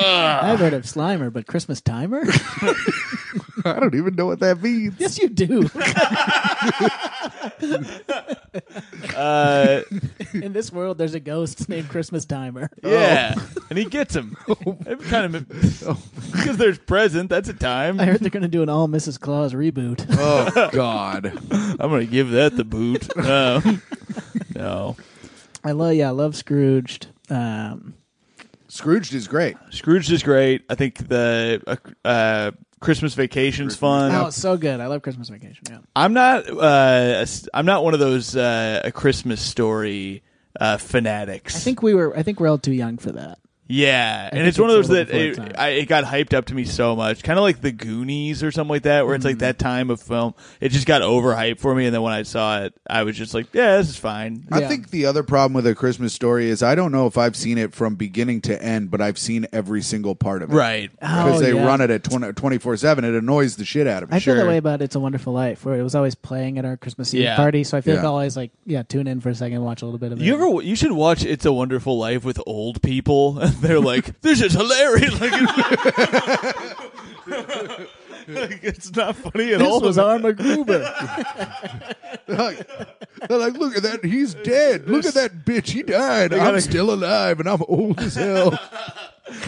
Speaker 5: I've heard of Slimer, but
Speaker 4: *laughs*
Speaker 5: Christmas Timer? *laughs*
Speaker 6: I don't even know what that means.
Speaker 5: yes, you do. *laughs*
Speaker 4: Uh,
Speaker 5: In this world, there's a ghost named Christmas Timer.
Speaker 4: yeah, Oh. *laughs* Oh. and he gets him. It kind *laughs* of because there's present. That's a time.
Speaker 5: I heard they're going to do an all Mrs. Claus
Speaker 4: *laughs*
Speaker 5: reboot.
Speaker 6: Oh God!
Speaker 4: I'm gonna give that the *laughs* boot. Um, no,
Speaker 5: I love, yeah, I love Scrooged. Um,
Speaker 6: Scrooged is great.
Speaker 4: Scrooge is great. I think the uh, uh, Christmas Vacation's fun.
Speaker 5: oh, it's so good. I love Christmas Vacation. Yeah.
Speaker 4: I'm not. Uh, I'm not one of those uh, a Christmas story uh, fanatics.
Speaker 5: I think we were. I think we're all too young for that.
Speaker 4: Yeah, and
Speaker 5: think
Speaker 4: it's one of
Speaker 5: it's
Speaker 4: those
Speaker 5: a little
Speaker 4: that
Speaker 5: before its
Speaker 4: it,
Speaker 5: time.
Speaker 4: I, it got hyped up to me so much, kind of like the Goonies or something like that, where it's
Speaker 5: Mm-hmm.
Speaker 4: like that time of film. It just got overhyped for me, and then when I saw it, I was just like, "Yeah, this is fine."
Speaker 6: I
Speaker 5: Yeah.
Speaker 6: think the other problem with a Christmas story is I don't know if I've seen it from beginning to end, but I've seen every single part of it.
Speaker 4: Right.
Speaker 6: Because
Speaker 5: Oh,
Speaker 6: they
Speaker 5: yeah.
Speaker 6: run it at 24 7. It annoys the shit out of me.
Speaker 5: I feel that way about It's a Wonderful Life, where it was always playing at our Christmas Eve
Speaker 4: Yeah.
Speaker 5: party. So I feel like
Speaker 6: Yeah.
Speaker 5: I always like, yeah, tune in for a second, watch a little bit of it.
Speaker 4: You ever you should watch It's a Wonderful Life with old people. *laughs* And they're like, "This is hilarious!" *laughs* Like, Like, it's not funny at all.
Speaker 5: This was *laughs* Arma Gruber.
Speaker 6: They're like, look at that. He's dead. Look at that bitch. He died. I'm
Speaker 4: gotta-
Speaker 6: still alive and I'm old as hell.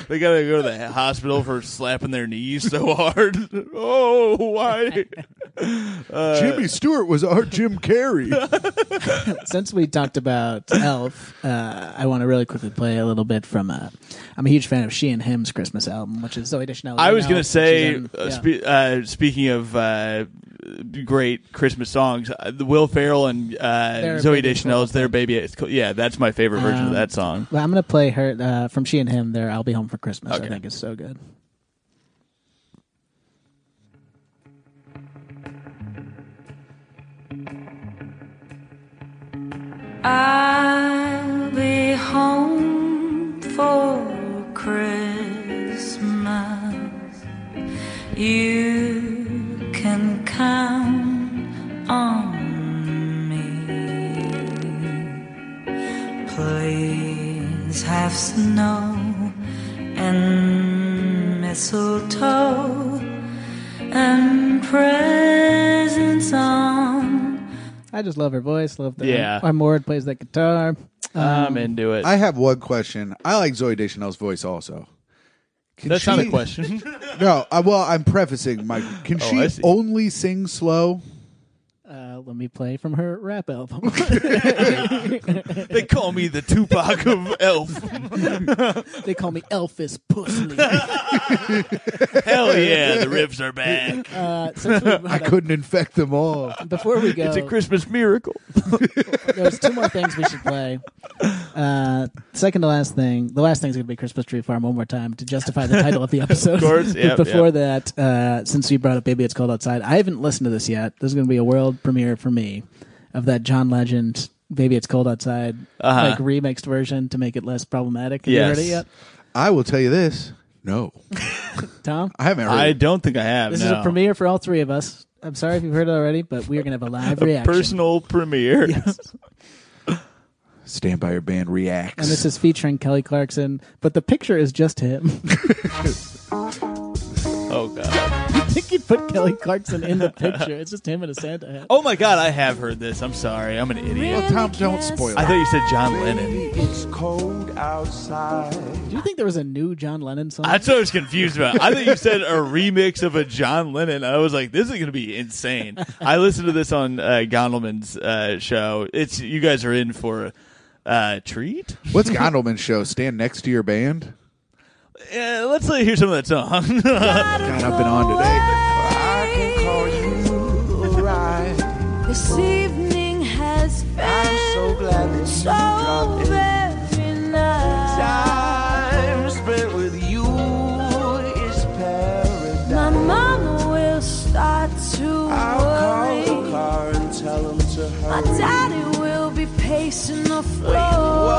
Speaker 4: They gotta go to the hospital for slapping their knees so hard. *laughs* oh,
Speaker 5: *laughs*
Speaker 4: why?
Speaker 6: Jimmy Stewart was our Jim Carrey.
Speaker 5: Since we
Speaker 4: *laughs*
Speaker 5: talked about Elf, uh, I want to really quickly play a little bit from. Uh, I'm a huge fan of She and Him's Christmas album, which is Zoe Deschanel.
Speaker 4: I was
Speaker 5: Elf,
Speaker 4: gonna
Speaker 5: which is
Speaker 4: say,
Speaker 5: in-
Speaker 4: uh,
Speaker 5: yeah.
Speaker 4: spe- uh, speaking of uh, great Christmas songs, uh, the Will Ferrell and uh,
Speaker 5: Their
Speaker 4: Zoe
Speaker 5: Baby
Speaker 4: Deschanel's "Their Baby." It's cool. Yeah, that's my favorite version of
Speaker 5: Um,
Speaker 4: that song.
Speaker 5: Well, I'm gonna play her uh, from She and Him. There, I'll be home for Christmas.
Speaker 4: Okay.
Speaker 5: I think it's so good.
Speaker 7: I'll be home for Christmas. You can count on me. Please have snow and mistletoe and presents on.
Speaker 5: I just love her voice. Love that.
Speaker 4: Yeah.
Speaker 5: Arm Ward plays that guitar.
Speaker 4: I'm into it.
Speaker 6: I have one question. I like Zoe Deschanel's voice also. Can
Speaker 4: that's not
Speaker 6: she-
Speaker 4: a question.
Speaker 5: *laughs*
Speaker 4: *laughs*
Speaker 6: No, I, well, I'm prefacing my. Can
Speaker 4: Oh, I
Speaker 6: she
Speaker 4: see.
Speaker 6: only sing slow?
Speaker 5: Uh, let me play from her rap album. *laughs*
Speaker 4: they call me the Tupac of Elf.
Speaker 5: they call me Elvis
Speaker 4: *laughs*
Speaker 5: Pussy.
Speaker 4: Hell yeah, the riffs are back.
Speaker 5: Uh, since we brought
Speaker 6: I
Speaker 5: up-
Speaker 6: couldn't infect them all.
Speaker 5: Before we go,
Speaker 4: *laughs* It's a Christmas miracle.
Speaker 5: there's two more things we should play. Uh, second to last thing, the last thing's going to be Christmas Tree Farm one more time to justify the
Speaker 4: *laughs*
Speaker 5: title of the episode. Of *laughs*
Speaker 4: course, yep,
Speaker 5: before
Speaker 4: yep.
Speaker 5: that, uh, since we brought up Baby It's Cold Outside, I haven't listened to this yet. This is going to be a world premiere for me of that John Legend Baby It's Cold Outside
Speaker 4: Uh-huh.
Speaker 5: like remixed version to make it less problematic. Have you heard
Speaker 4: Yes.
Speaker 5: it yet,
Speaker 6: I will tell you this. No,
Speaker 5: Tom?
Speaker 6: I haven't heard.
Speaker 4: I
Speaker 6: it.
Speaker 4: don't think I have.
Speaker 5: This is
Speaker 4: no.
Speaker 5: a premiere for all three of us. I'm sorry if you've heard it already, but we are going to have a live reaction.
Speaker 4: Personal premiere.
Speaker 6: Stand by your band reacts.
Speaker 5: and this is featuring Kelly Clarkson, but the picture is just him.
Speaker 4: *laughs*
Speaker 5: *laughs*
Speaker 4: Oh god.
Speaker 5: I think he put Kelly Clarkson in the picture. It's just him in a Santa hat.
Speaker 4: Oh my god, I have heard this. I'm sorry. I'm an idiot.
Speaker 6: well, Tom, don't spoil
Speaker 4: I
Speaker 6: it.
Speaker 4: thought you said John Lennon.
Speaker 5: Do you think there was a new John Lennon song?
Speaker 4: That's what I was confused about. I thought you said a remix of a John Lennon. I was like, this is going to be insane. I listened to this on uh, Gondelman's uh, show. It's you guys are in for a uh, treat.
Speaker 6: What's Gondelman's show? Stand next to your band.
Speaker 4: Uh, let's uh, hear some of that song. *laughs*
Speaker 6: God, I've been on today.
Speaker 7: This evening has been I'm so glad that so very nice. Time spent with you is paradise. My My daddy will be pacing the floor.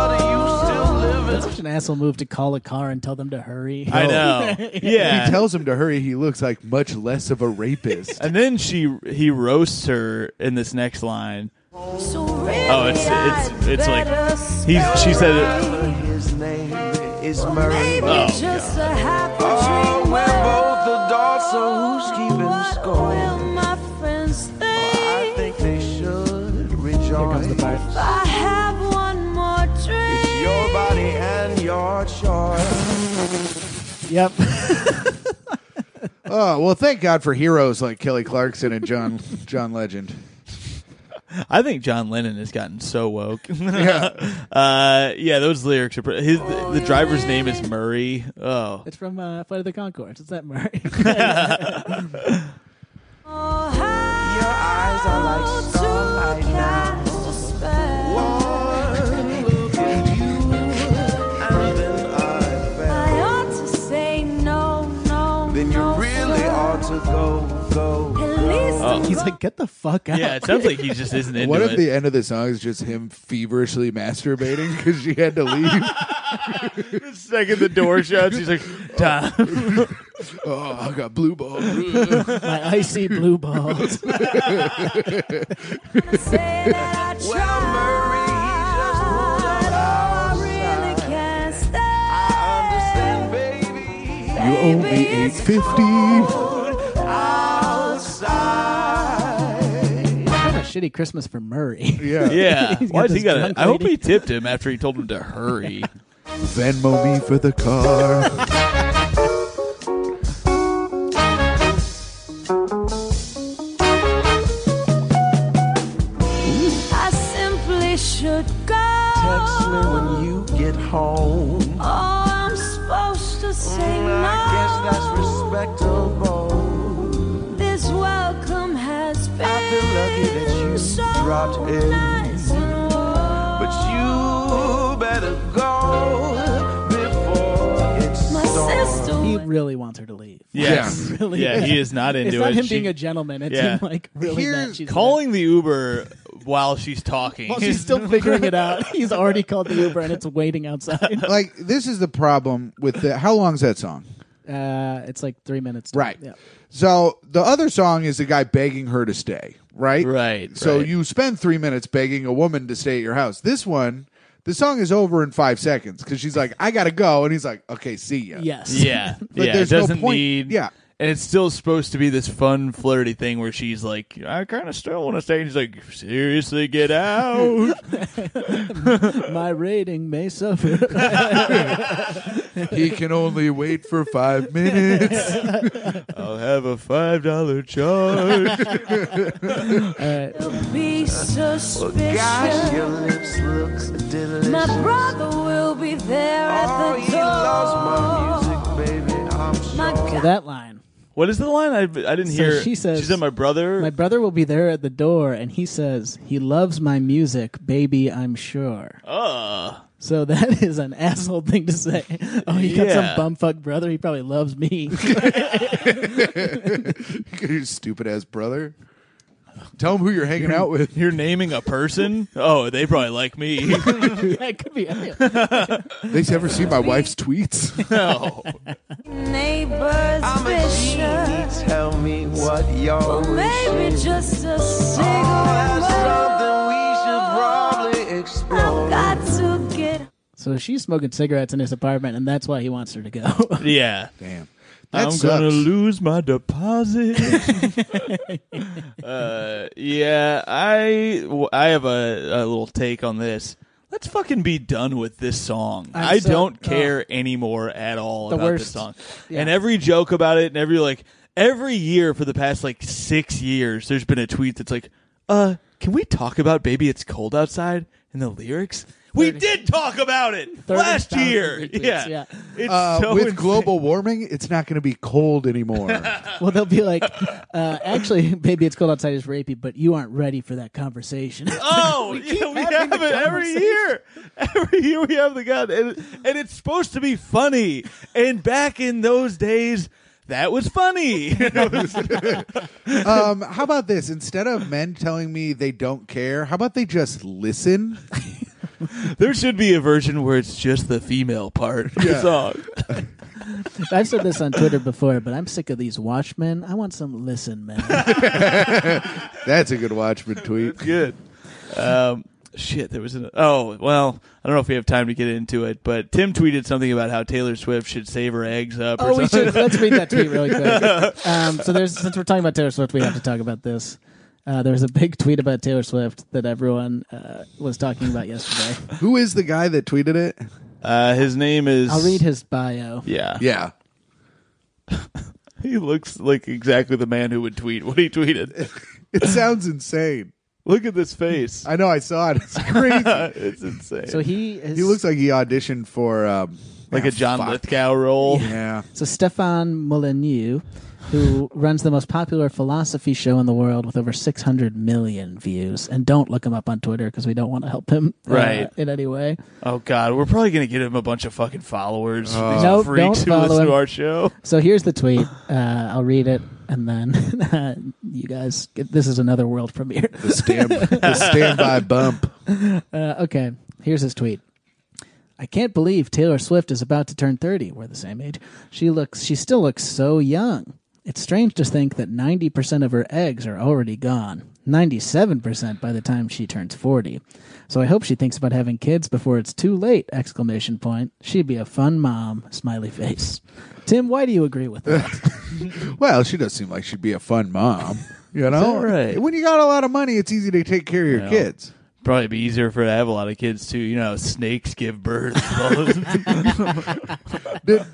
Speaker 5: That's such an asshole move to call a car and tell them to hurry.
Speaker 4: I
Speaker 6: *laughs*
Speaker 4: know.
Speaker 6: When he
Speaker 4: Yeah.
Speaker 6: tells him to hurry, he looks like much less of
Speaker 4: *laughs*
Speaker 6: a rapist.
Speaker 4: And then she he roasts her in this next line.
Speaker 7: So really
Speaker 4: Oh, it's it's it's like he's she said it.
Speaker 8: His name is Murray.
Speaker 7: Maybe
Speaker 4: Oh,
Speaker 7: just a happy
Speaker 8: Oh,
Speaker 7: dream.
Speaker 8: we're both adults, so who's keeping
Speaker 7: What
Speaker 8: score?
Speaker 7: will my friends think?
Speaker 8: Oh, I think they should rejoice.
Speaker 7: I have one more
Speaker 8: It's
Speaker 7: dream.
Speaker 8: your body and your choice.
Speaker 5: Yep. *laughs*
Speaker 6: oh well, thank God for heroes like Kelly Clarkson and John John Legend.
Speaker 4: I think John Lennon has gotten so woke. *laughs*
Speaker 6: Yeah.
Speaker 4: uh, yeah, those lyrics are. Pretty, his the, the driver's name is Murray. Oh,
Speaker 5: it's from uh, Flight of the Concords. It's that Murray.
Speaker 7: Oh, how
Speaker 8: Your eyes are like
Speaker 7: to
Speaker 8: starlight now.
Speaker 7: cast a spell.
Speaker 8: One look at you, and then I fell.
Speaker 7: I ought to say no, no,
Speaker 8: Then you
Speaker 7: no,
Speaker 8: really
Speaker 7: no.
Speaker 8: ought to go, go,
Speaker 7: At
Speaker 8: go.
Speaker 7: least I'm
Speaker 5: *laughs* He's like, get the fuck out.
Speaker 4: Oh. yeah. It sounds like he just isn't into
Speaker 6: What if
Speaker 4: it.
Speaker 6: the end of the song is just him feverishly masturbating because she had to
Speaker 4: *laughs*
Speaker 6: leave?
Speaker 4: second the door shuts, he's like, *laughs* "Time."
Speaker 6: oh, I got blue
Speaker 4: *laughs*
Speaker 6: ball.
Speaker 5: My icy blue balls. *laughs*
Speaker 7: gonna say that I
Speaker 8: Well, Murray, just rolled
Speaker 7: tried.
Speaker 8: up
Speaker 7: Oh, I really
Speaker 8: outside.
Speaker 7: can't stay.
Speaker 8: I understand, baby.
Speaker 6: You owe me eight fifty.
Speaker 8: outside.
Speaker 5: what a shitty Christmas for Murray.
Speaker 4: *laughs*
Speaker 6: Yeah.
Speaker 4: Yeah,
Speaker 5: He's got
Speaker 4: why is he
Speaker 5: this
Speaker 4: got?
Speaker 5: drunk
Speaker 4: I hope
Speaker 5: lady.
Speaker 4: he tipped him after he told him to hurry.
Speaker 6: Venmo me for the car.
Speaker 4: *laughs*
Speaker 7: I simply should go.
Speaker 8: Text me when you get home.
Speaker 7: Oh, I'm supposed to say
Speaker 8: And
Speaker 7: no.
Speaker 8: I guess that's respectable.
Speaker 7: This welcome has been
Speaker 8: I feel lucky that you
Speaker 7: so
Speaker 8: dropped in.
Speaker 7: nice and warm.
Speaker 8: But you better go before it's
Speaker 7: my sister.
Speaker 5: He
Speaker 7: would-
Speaker 5: really wants her to leave.
Speaker 4: *laughs* Yes, *laughs* yeah,
Speaker 5: Really
Speaker 4: he is not into
Speaker 5: It's not
Speaker 4: it.
Speaker 5: him
Speaker 4: She-
Speaker 5: being a gentleman. It's
Speaker 4: Yeah.
Speaker 5: him like really mad. She's
Speaker 4: calling the Uber while she's talking.
Speaker 5: Mad. She's still figuring it out. He's already called the Uber and it's waiting outside.
Speaker 6: like this is the problem with the how long's that song?
Speaker 5: Uh, it's like three minutes. to-
Speaker 6: Right.
Speaker 5: Yeah.
Speaker 4: Uh,
Speaker 6: So the other song is the guy begging her to stay, right?
Speaker 4: Right,
Speaker 6: So
Speaker 4: right.
Speaker 6: you spend three minutes begging a woman to stay at your house. This one, the song is over in five seconds because she's like, I gotta go. And he's like, okay, see ya.
Speaker 5: Yes.
Speaker 4: *laughs* *laughs* Yeah,
Speaker 6: But
Speaker 4: yeah.
Speaker 6: there's
Speaker 4: it
Speaker 6: no
Speaker 4: doesn't
Speaker 6: point-
Speaker 4: need.
Speaker 6: yeah.
Speaker 4: and it's still supposed to be this fun, flirty thing where she's like, "I kind of still want to stay." And she's like, "Seriously, get *laughs* out."
Speaker 5: *laughs* My rating
Speaker 4: *laughs*
Speaker 5: may suffer.
Speaker 6: He can only wait for five minutes.
Speaker 4: I'll have a five dollar charge.
Speaker 7: be
Speaker 8: Gosh,
Speaker 7: suspicious.
Speaker 8: your lips look delicious.
Speaker 7: My brother will be there at
Speaker 8: Oh,
Speaker 7: the
Speaker 8: he
Speaker 7: door.
Speaker 8: loves my music, baby. I'm
Speaker 7: My
Speaker 8: sure.
Speaker 7: God,
Speaker 5: that line.
Speaker 4: *laughs* what is the line? I, I didn't
Speaker 5: So
Speaker 4: hear.
Speaker 5: she says-
Speaker 4: "She said my brother."
Speaker 5: My brother will be there at the door, and he says he loves my music, baby. I'm sure.
Speaker 4: uh,
Speaker 5: So that *laughs* is an asshole thing to say. Oh, you got
Speaker 4: Yeah.
Speaker 5: some bumfuck brother. He probably loves
Speaker 4: *laughs*
Speaker 5: me.
Speaker 6: *laughs* you stupid ass brother. Tell him who you're hanging out with.
Speaker 4: you're naming a person. oh, they probably like me. *laughs*
Speaker 5: yeah, it could be. anyone.
Speaker 6: They ever see my
Speaker 4: *laughs*
Speaker 6: wife's tweets?
Speaker 4: no.
Speaker 7: neighbor's
Speaker 8: I'm a
Speaker 7: vicious.
Speaker 8: genie. Tell me what your
Speaker 7: Well, maybe
Speaker 8: wish is.
Speaker 7: just a
Speaker 8: That's
Speaker 7: cigarette.
Speaker 8: something we should probably
Speaker 7: I've
Speaker 8: explore.
Speaker 7: got to get
Speaker 5: so she's smoking cigarettes in his apartment, and that's why he wants her to go. *laughs*
Speaker 4: Yeah.
Speaker 6: Damn.
Speaker 4: I'm
Speaker 6: That
Speaker 4: gonna
Speaker 6: sucks.
Speaker 4: lose my deposit. *laughs* uh, yeah, I w- I have a, a little take on this. Let's fucking be done with this song.
Speaker 5: I'm
Speaker 4: I
Speaker 5: so-
Speaker 4: don't care anymore at all
Speaker 5: The
Speaker 4: about this
Speaker 5: worst.
Speaker 4: song.
Speaker 5: Yeah.
Speaker 4: And every joke about it, and every like every year for the past like six years, there's been a tweet that's like, "Uh, can we talk about baby? It's cold outside." And the lyrics. We did talk about it
Speaker 5: 30,000
Speaker 4: last year.
Speaker 5: retweets,
Speaker 4: Yeah.
Speaker 5: yeah.
Speaker 4: It's
Speaker 6: Uh,
Speaker 4: *laughs* so
Speaker 6: with
Speaker 4: insane.
Speaker 6: global warming, it's not going to be
Speaker 4: *laughs*
Speaker 6: cold anymore.
Speaker 5: well, they'll be like, uh, actually, baby, it's cold outside. It's rapey, but you aren't ready for that conversation. *laughs*
Speaker 4: Oh, yeah, we, have
Speaker 5: having
Speaker 4: it
Speaker 5: the
Speaker 4: every year. *laughs* Every year we have the gun, and, and it's supposed to be funny. And back in those days, that was funny. *laughs*
Speaker 6: Um, how about this? Instead of men telling me they don't care, how about they just listen?
Speaker 4: there should be a version where it's just the female part of the
Speaker 5: *laughs*
Speaker 6: Yeah.
Speaker 4: song.
Speaker 5: I've said this on Twitter before, but I'm sick of these Watchmen. I want some listen men.
Speaker 6: That's a good Watchmen tweet.
Speaker 4: Good. Um, shit, there was an. Oh, well, I don't know if we have time to get into it, but Tim tweeted something about how Taylor Swift should save her eggs up or
Speaker 5: Oh, we
Speaker 4: something.
Speaker 5: should. Let's read that tweet really quick. Um, so there's since we're talking about Taylor Swift, we have to talk about this. Uh, there was a big tweet about Taylor Swift that everyone uh, was talking about yesterday.
Speaker 6: Who is the guy that tweeted it?
Speaker 4: Uh, his name is.
Speaker 5: I'll read his bio.
Speaker 4: Yeah.
Speaker 6: Yeah.
Speaker 4: *laughs* He looks like exactly the man who would tweet what he
Speaker 5: *laughs*
Speaker 4: tweeted.
Speaker 6: It sounds insane.
Speaker 4: Look at this face.
Speaker 6: I know I saw
Speaker 4: *laughs*
Speaker 6: it. It's crazy.
Speaker 4: it's insane.
Speaker 5: So he is,
Speaker 6: he looks like he auditioned for um,
Speaker 4: like a
Speaker 6: ah,
Speaker 4: John
Speaker 6: fuck.
Speaker 4: Lithgow role.
Speaker 6: Yeah.
Speaker 5: so Stefan Molyneux, who runs the most popular philosophy show in the world with over 600 million views. And don't look him up on Twitter because we don't want to help him uh,
Speaker 4: Right.
Speaker 5: in any way.
Speaker 4: Oh God, we're probably gonna get him a bunch of fucking followers.
Speaker 6: Oh.
Speaker 4: These
Speaker 5: Nope,
Speaker 4: freaks
Speaker 5: don't
Speaker 4: who
Speaker 5: follow
Speaker 4: listen to
Speaker 5: him.
Speaker 4: our show.
Speaker 5: So here's the tweet. Uh, I'll read it, and then *laughs* uh, you guys. This is another world premiere. *laughs*
Speaker 6: The, stand, the standby bump.
Speaker 5: Uh, okay, here's his tweet. I can't believe Taylor Swift is about to turn 30. We're the same age. She looks she still looks so young. It's strange to think that 90% of her eggs are already gone. 97% by the time she turns 40. So I hope she thinks about having kids before it's too late exclamation point. She'd be a fun mom smiley face. Tim, why do you agree with that?
Speaker 6: Well, she does seem like she'd be a fun mom. You know?
Speaker 4: right?
Speaker 6: When you got a lot of money, it's easy to take care of your kids.
Speaker 4: Probably be easier for her to have a lot of kids too. You know, snakes give
Speaker 5: *laughs*
Speaker 4: birth.
Speaker 6: Dude,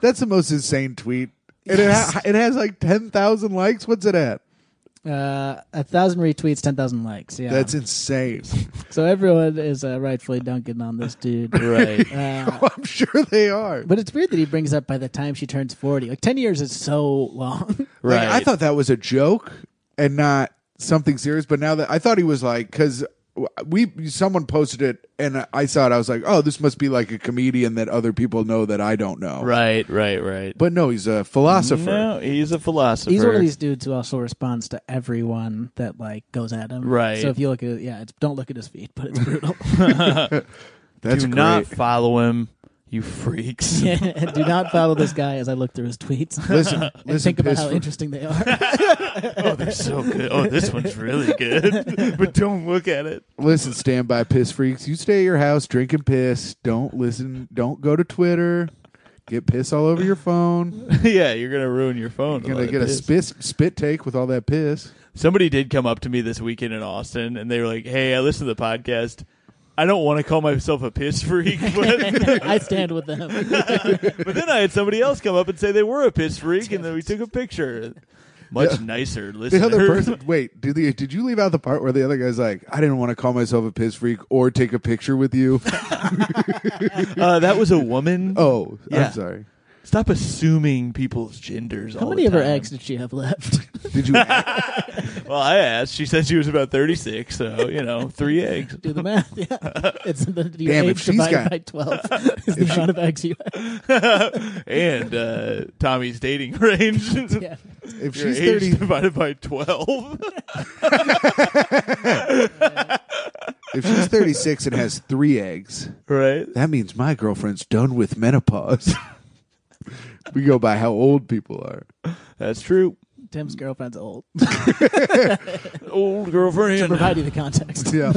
Speaker 6: that's the most insane tweet. And it, ha- it has like 10,000 likes. What's it at?
Speaker 5: uh, a thousand retweets, 10,000 likes. Yeah.
Speaker 6: That's insane. *laughs*
Speaker 5: so everyone is uh, rightfully dunking on this
Speaker 6: *laughs*
Speaker 5: dude.
Speaker 4: right.
Speaker 6: I'm sure they are.
Speaker 5: But it's weird that he brings up by the time she turns 40. Like 10 years is so long. *laughs*
Speaker 6: Like,
Speaker 4: Right.
Speaker 6: I thought that was a joke and not something serious. But now that I thought he was like, because we someone posted it and I saw it, I was like, oh, this must be like a comedian that other people know that I don't know.
Speaker 4: right, right, right.
Speaker 6: But no, he's a philosopher.
Speaker 4: no, he's a philosopher.
Speaker 5: He's one of these dudes who also responds to everyone that like goes at him.
Speaker 4: Right.
Speaker 5: So if you look at yeah, it's don't look at his feet, but it's brutal. *laughs*
Speaker 6: That's
Speaker 4: Do
Speaker 6: great.
Speaker 4: not follow him, you
Speaker 5: *laughs*
Speaker 4: freaks.
Speaker 5: Do not follow this guy as I look through his
Speaker 6: *laughs*
Speaker 5: tweets.
Speaker 6: listen,
Speaker 5: and
Speaker 6: listen,
Speaker 5: think about
Speaker 6: piss
Speaker 5: how
Speaker 6: for-
Speaker 5: interesting they are.
Speaker 4: oh, they're so good. Oh, this one's really good.
Speaker 5: *laughs*
Speaker 4: *laughs* but don't look at it. *laughs*
Speaker 6: listen, standby piss freaks. You stay at your house, drink and piss. Don't listen. Don't go to Twitter. Get piss all over
Speaker 5: *laughs*
Speaker 6: your phone.
Speaker 4: yeah, you're gonna ruin your phone.
Speaker 6: You're
Speaker 4: lot
Speaker 6: gonna
Speaker 4: of
Speaker 6: get a
Speaker 4: this.
Speaker 6: spit spit take with all that piss.
Speaker 4: Somebody did come up to me this weekend in Austin, and they were like, "Hey, I listened to the podcast. I don't want to call myself a piss freak, *laughs* but,
Speaker 5: I stand with
Speaker 6: *laughs*
Speaker 5: them.
Speaker 4: but then I had somebody else come up and say they were a piss freak, and then we took a picture. Much nicer, listener.
Speaker 6: The
Speaker 5: *laughs*
Speaker 6: other person, wait, did the did you leave out the part where the other guy's like, I didn't want to call myself a piss freak or take a picture with
Speaker 5: *laughs*
Speaker 6: you?
Speaker 4: *laughs* uh, that was a woman.
Speaker 6: Oh,
Speaker 4: Yeah.
Speaker 6: I'm sorry.
Speaker 4: Stop assuming people's genders.
Speaker 5: How
Speaker 4: all
Speaker 5: many
Speaker 4: the
Speaker 5: of her
Speaker 4: time.
Speaker 5: eggs did she have left? *laughs*
Speaker 6: Did you? ask-
Speaker 4: Well, I asked. She said she was about thirty-six, so you know, three eggs.
Speaker 5: Do the math.
Speaker 6: *laughs*
Speaker 5: Yeah. It's the your
Speaker 6: Damn, if
Speaker 5: age
Speaker 6: she's
Speaker 5: divided
Speaker 6: got-
Speaker 5: by
Speaker 6: *laughs*
Speaker 5: twelve is the amount of eggs you have.
Speaker 4: *laughs* and uh, Tommy's dating range.
Speaker 5: *laughs* Yeah.
Speaker 6: if
Speaker 4: Your
Speaker 6: she's
Speaker 4: age
Speaker 6: thirty,
Speaker 4: divided by twelve. *laughs*
Speaker 6: if she's thirty six and has three eggs,
Speaker 4: right.
Speaker 6: that means my girlfriend's done with menopause. *laughs* we go by how old people are.
Speaker 4: That's true.
Speaker 5: Tim's
Speaker 4: Mm. *laughs*
Speaker 5: girlfriend's old.
Speaker 4: Old girlfriend.
Speaker 5: *laughs* Provide you the context.
Speaker 6: *laughs* Yeah,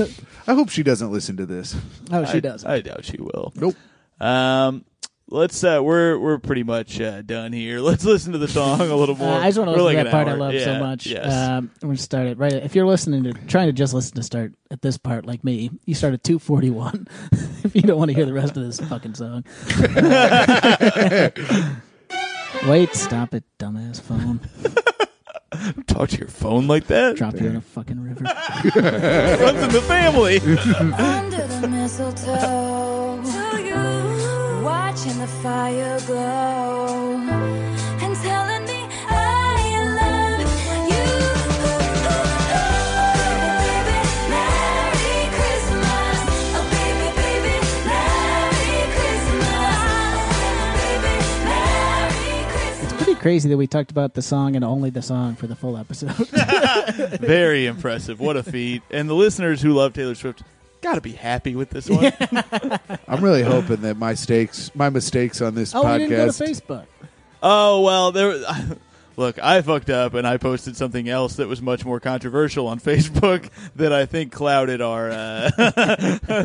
Speaker 6: I hope she doesn't listen to this.
Speaker 5: Oh,
Speaker 4: *laughs* I-
Speaker 5: she does.
Speaker 4: I doubt she will.
Speaker 6: Nope.
Speaker 4: Um, let's. Uh, we're we're pretty much uh, done here. *laughs* Let's listen to the song a
Speaker 5: *laughs*
Speaker 4: little more.
Speaker 5: Uh, I just want to
Speaker 4: We're
Speaker 5: listen
Speaker 4: like
Speaker 5: to
Speaker 4: an
Speaker 5: that part I
Speaker 4: hour.
Speaker 5: love so
Speaker 4: Yeah,
Speaker 5: much.
Speaker 4: Yes.
Speaker 5: Um, I'm going to start it right. If you're listening to trying to just listen to start at this part, like me, you start at 241. *laughs* if you don't want to hear the rest of this
Speaker 4: *laughs*
Speaker 5: fucking song, wait, stop it, dumbass phone.
Speaker 4: Talk to your phone like that.
Speaker 5: Drop you in a fucking river.
Speaker 4: Runs in the family.
Speaker 5: *laughs*
Speaker 7: under the mistletoe, watching the fire glow, and telling me I love you. Oh, baby, Merry Christmas. Oh, baby, baby, Merry Christmas. Baby, Merry Christmas.
Speaker 5: Pretty crazy that we talked about the song and only the song for the
Speaker 4: *laughs*
Speaker 5: full episode.
Speaker 4: Very impressive. What a feat. And the listeners who love Taylor Swift got to be happy with this one.
Speaker 6: I'm really hoping that my stakes, my mistakes on this
Speaker 5: oh,
Speaker 6: podcast.
Speaker 5: we didn't go to Facebook.
Speaker 4: Oh well, there. *laughs* Look, I fucked up and I posted something else that was much more controversial on *laughs* Facebook that I think clouded our. Uh, *laughs*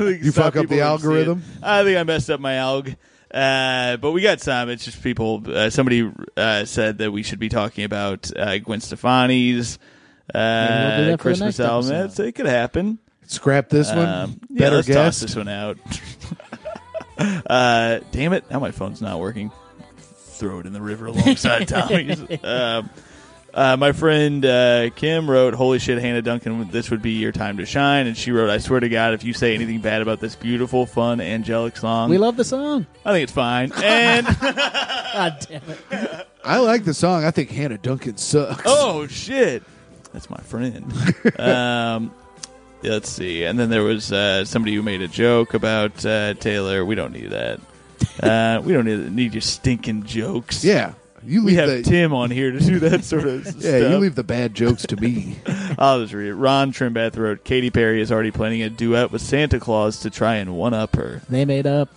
Speaker 4: you
Speaker 6: You fuck up the algorithm?
Speaker 4: I think I messed up my alg. Uh, but we got some. It's just people. Uh, somebody uh, said that we should be talking about uh, Gwen Stefani's
Speaker 5: we'll do that
Speaker 4: uh,
Speaker 5: for the
Speaker 4: Christmas
Speaker 5: next
Speaker 4: album.
Speaker 5: episode.
Speaker 4: It's- It could happen.
Speaker 6: Scrap this one.
Speaker 4: Um, yeah,
Speaker 6: Better
Speaker 4: let's toss
Speaker 6: guess.
Speaker 4: this one out. *laughs* uh, damn it! Now my phone's not working. Throw it in the river alongside Tommy's. Um uh, my friend uh, Kim wrote, "Holy shit, Hannah Duncan! This would be your time to shine." And she wrote, "I swear to God, if you say anything bad about this beautiful, fun, angelic song,
Speaker 5: We love the song.
Speaker 4: I think it's fine." And
Speaker 5: God damn it.
Speaker 6: I like the song. I think Hannah Duncan sucks.
Speaker 4: Oh shit, that's my
Speaker 6: *laughs*
Speaker 4: friend. um, yeah, let's see. And then there was uh, somebody who made a joke about uh, Taylor. We don't need
Speaker 6: *laughs*
Speaker 4: that. Uh, we don't need, need your stinking jokes.
Speaker 6: Yeah, you
Speaker 4: We
Speaker 6: leave
Speaker 4: have
Speaker 6: the
Speaker 4: Tim on here to do that sort of stuff.
Speaker 6: *laughs* yeah, you leave the bad jokes to
Speaker 4: *laughs*
Speaker 6: me.
Speaker 4: I'll just read it. Ron Trimbath wrote, Katy Perry is already planning a duet with Santa Claus to try and one-up her.
Speaker 5: They made up.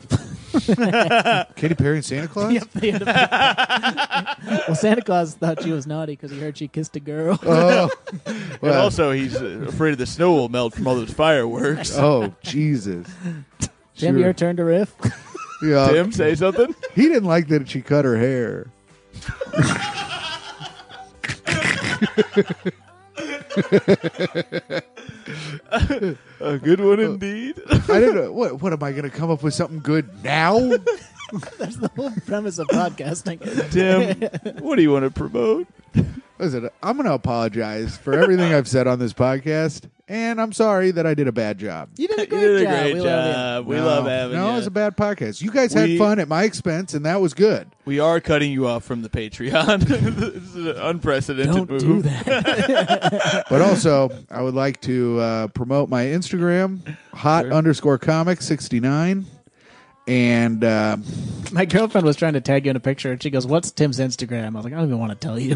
Speaker 6: Katy Perry and
Speaker 5: *laughs*
Speaker 6: Santa Claus.
Speaker 5: Yep, they ended up- *laughs* well, Santa Claus thought she was naughty because he heard she kissed a girl. *laughs*
Speaker 6: Oh,
Speaker 4: And
Speaker 6: well,
Speaker 4: also, he's uh, afraid the snow will melt from all those
Speaker 6: *laughs*
Speaker 4: fireworks.
Speaker 6: oh Jesus.
Speaker 5: Jim,
Speaker 6: Sure.
Speaker 5: your turn to riff. *laughs*
Speaker 6: Yeah,
Speaker 4: Tim, say
Speaker 6: *laughs*
Speaker 4: something.
Speaker 6: he didn't like that she cut her hair.
Speaker 4: A good one indeed.
Speaker 6: I
Speaker 4: *laughs*
Speaker 6: don't know what. What am I going to come up with something good now?
Speaker 5: That's the whole premise of podcasting.
Speaker 6: *laughs*
Speaker 4: Tim, what do you want to promote?
Speaker 6: Listen, I'm going to apologize for everything I've said on this podcast, and I'm sorry that I did a bad job.
Speaker 5: You did a
Speaker 4: *laughs*
Speaker 5: great
Speaker 4: you did a
Speaker 5: job.
Speaker 4: great
Speaker 5: we love you.
Speaker 4: job. We
Speaker 6: No.
Speaker 4: love having
Speaker 6: No,
Speaker 4: you.
Speaker 6: it was a bad podcast. You guys had
Speaker 4: We-
Speaker 6: fun at my expense, and that was good.
Speaker 4: we are cutting you off from the Patreon. *laughs* this is an unprecedented
Speaker 5: Don't
Speaker 4: move.
Speaker 5: do that.
Speaker 6: But also, I would like to uh, promote my Instagram, hot underscore comic sixty nine, and uh,
Speaker 5: My girlfriend was trying to tag you in a picture, and she goes, "What's Tim's Instagram?" I was like, "I don't even want to tell you."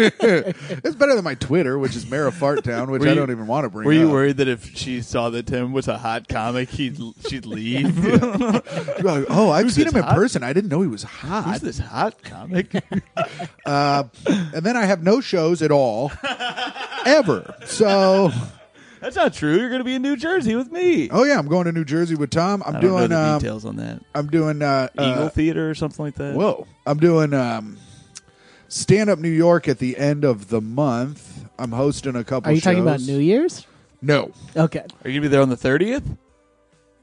Speaker 6: it's better than my Twitter, which is Mara Fart Town, which
Speaker 4: Were
Speaker 6: I
Speaker 4: you-
Speaker 6: don't even want to bring.
Speaker 4: Were you
Speaker 6: up.
Speaker 4: worried that if she saw that Tim was a hot comic, he'd
Speaker 5: *laughs*
Speaker 4: she'd leave?
Speaker 6: You're like, oh, I've seen
Speaker 4: this
Speaker 6: him in
Speaker 4: hot-
Speaker 6: person. I didn't know he
Speaker 4: *laughs*
Speaker 6: was
Speaker 4: Who's
Speaker 6: hot.
Speaker 4: this hot comic?
Speaker 6: And then I have no shows
Speaker 4: *laughs*
Speaker 6: at all, ever. So,
Speaker 4: That's not true. You're going to be in New Jersey with me.
Speaker 6: oh yeah, I'm going to New Jersey with Tom. I'm
Speaker 4: I don't know
Speaker 6: doing.
Speaker 4: the
Speaker 6: um,
Speaker 4: details on that.
Speaker 6: I'm doing. Uh, uh,
Speaker 4: Eagle Theater or something like that.
Speaker 6: Whoa. I'm doing um, stand up New York at the end of the month. I'm hosting a couple
Speaker 5: Are you talking about
Speaker 6: shows.
Speaker 5: New Year's?
Speaker 6: No.
Speaker 5: Okay.
Speaker 4: Are you going to be there on the thirtieth?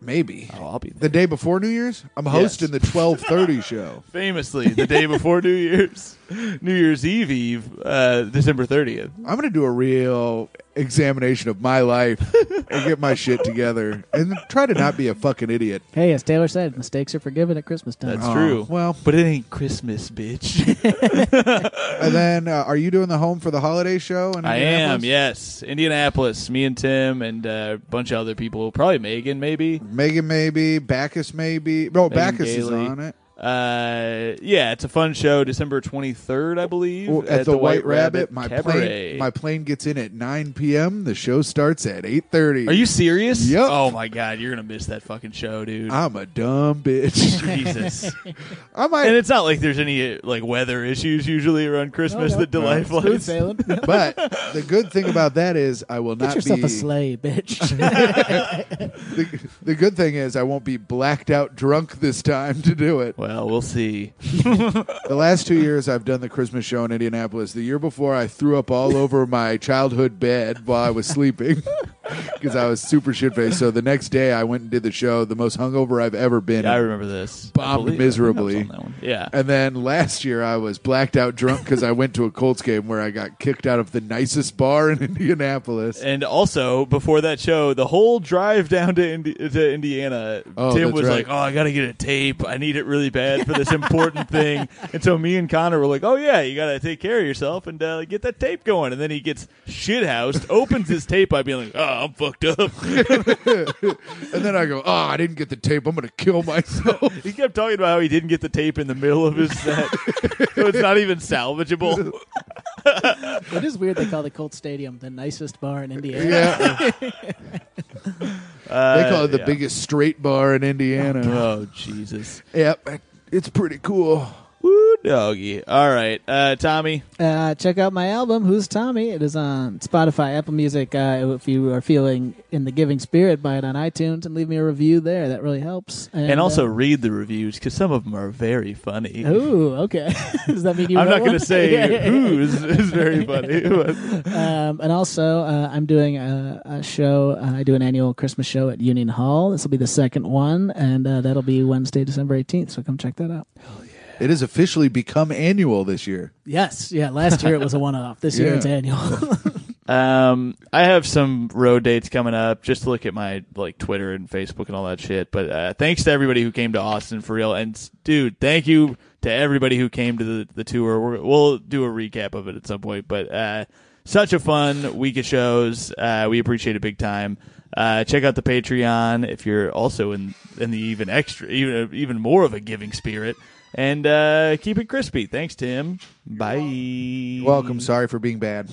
Speaker 6: Maybe.
Speaker 4: Oh, I'll be there.
Speaker 6: *laughs* The day before New Year's? I'm hosting
Speaker 5: *laughs*
Speaker 6: the 1230 show.
Speaker 4: Famously, the day before New Year's, *laughs* New Year's Eve Eve, uh, December thirtieth.
Speaker 6: I'm going to do a real examination of my life and get my shit together and try to not be a fucking idiot.
Speaker 5: Hey, as Taylor said, mistakes are forgiven at Christmas time.
Speaker 4: That's true.
Speaker 6: Oh, well.
Speaker 4: but it ain't Christmas, bitch. *laughs*
Speaker 6: And then, uh, are you doing the home for the holiday show? In
Speaker 4: I am,
Speaker 6: Indianapolis?
Speaker 4: yes. Indianapolis, me and Tim and uh, a bunch of other people. Probably Megan, maybe.
Speaker 6: Megan, maybe. Bacchus, maybe. No,
Speaker 4: Megan
Speaker 6: Bacchus is
Speaker 4: Gailey.
Speaker 6: on it.
Speaker 4: Uh, yeah, it's a fun show. December 23rd, I believe.
Speaker 6: Well, at, the, White, Rabbit, my
Speaker 4: Cabaret.
Speaker 6: plane my plane gets in at 9 p.m. The show starts at 8:30.
Speaker 4: Are you serious?
Speaker 6: Yep.
Speaker 4: Oh, my God. You're going to miss that fucking show, dude.
Speaker 6: I'm a dumb bitch. *laughs*
Speaker 4: Jesus.
Speaker 6: I might,
Speaker 4: and it's not like there's any uh, like weather issues usually around Christmas
Speaker 5: no.
Speaker 4: that delay
Speaker 5: Oh, Smooth
Speaker 4: flights.
Speaker 5: sailing.
Speaker 6: but the good thing about that is I will
Speaker 5: Get
Speaker 6: not
Speaker 5: yourself
Speaker 6: be.
Speaker 5: a sleigh, bitch. *laughs*
Speaker 6: the, the good thing is I won't be blacked out drunk this time to do it.
Speaker 4: Well, we'll see.
Speaker 6: The last two years I've done the Christmas show in Indianapolis. The year before I threw up all over my childhood bed while I was sleeping *laughs* because I was super shit faced. So the next day I went and did the show. The most hungover I've ever been.
Speaker 4: Yeah, I remember this. I
Speaker 6: Bombed
Speaker 4: believe- I think I was
Speaker 6: miserably.
Speaker 4: on that one. Yeah.
Speaker 6: And then last year I was blacked out drunk because I went to a Colts game where I got kicked out of the nicest bar in *laughs* Indianapolis.
Speaker 4: And also, before that show, the whole drive down to Indi- to Indiana,
Speaker 6: Oh,
Speaker 4: Tim
Speaker 6: that's
Speaker 4: was
Speaker 6: right.
Speaker 4: like, "Oh, I gotta get a tape. I need it really bad for this
Speaker 6: *laughs*
Speaker 4: important thing." And so me and Connor were like, "Oh yeah, you gotta *laughs* take care of yourself and uh, get that tape going." And then he gets shithoused, opens his tape by being like, "Oh, I'm fucked up. *laughs*
Speaker 6: And then I go, oh, I didn't get the tape. I'm going to kill myself.
Speaker 4: he kept talking about how he didn't get the tape in the middle of his set, *laughs* so it's not even
Speaker 6: *laughs*
Speaker 4: salvageable.
Speaker 5: It is weird they call the Colt Stadium the nicest bar in *laughs* Indiana.
Speaker 6: *laughs* yeah. they call it the
Speaker 4: yeah.
Speaker 6: biggest straight bar in Indiana.
Speaker 4: oh Jesus!
Speaker 6: yep. It's pretty cool.
Speaker 4: Woo doggy. All right, uh, Tommy.
Speaker 5: Uh, check out my album, Who's Tommy? It is on Spotify, Apple Music. Uh, if you are feeling in the giving spirit, buy it on iTunes and leave me a review there. That really helps.
Speaker 4: And also
Speaker 5: uh, Oh,
Speaker 4: read the reviews because some of them are very funny.
Speaker 5: ooh, okay. *laughs* Does that mean you?
Speaker 4: I'm
Speaker 5: wrote
Speaker 4: not going
Speaker 5: one?
Speaker 4: to
Speaker 5: *laughs*
Speaker 4: say who is, is very funny. but-
Speaker 5: Um, and also, uh, I'm doing a, a show. Uh, I do an annual Christmas show at Union Hall. This will be the second one, and uh, that'll be Wednesday, December 18th. So come check that out.
Speaker 6: It has officially become annual this year.
Speaker 5: Yes, yeah. Last year it was a one-off. This year
Speaker 6: Yeah.
Speaker 5: it's annual. *laughs*
Speaker 4: Um, I have some road dates coming up. Just look at my like Twitter and Facebook and all that shit. But uh, thanks to everybody who came to Austin for real. And s- dude, thank you to everybody who came to the, the tour. We're, we'll do a recap of it at some point. But uh, such a fun week of shows. Uh, we appreciate it big time. Uh, check out the Patreon if you're also in in the even extra, even uh, even more of a giving spirit. And uh, keep it crispy. Thanks, Tim. Bye.
Speaker 6: Welcome. Sorry for being bad.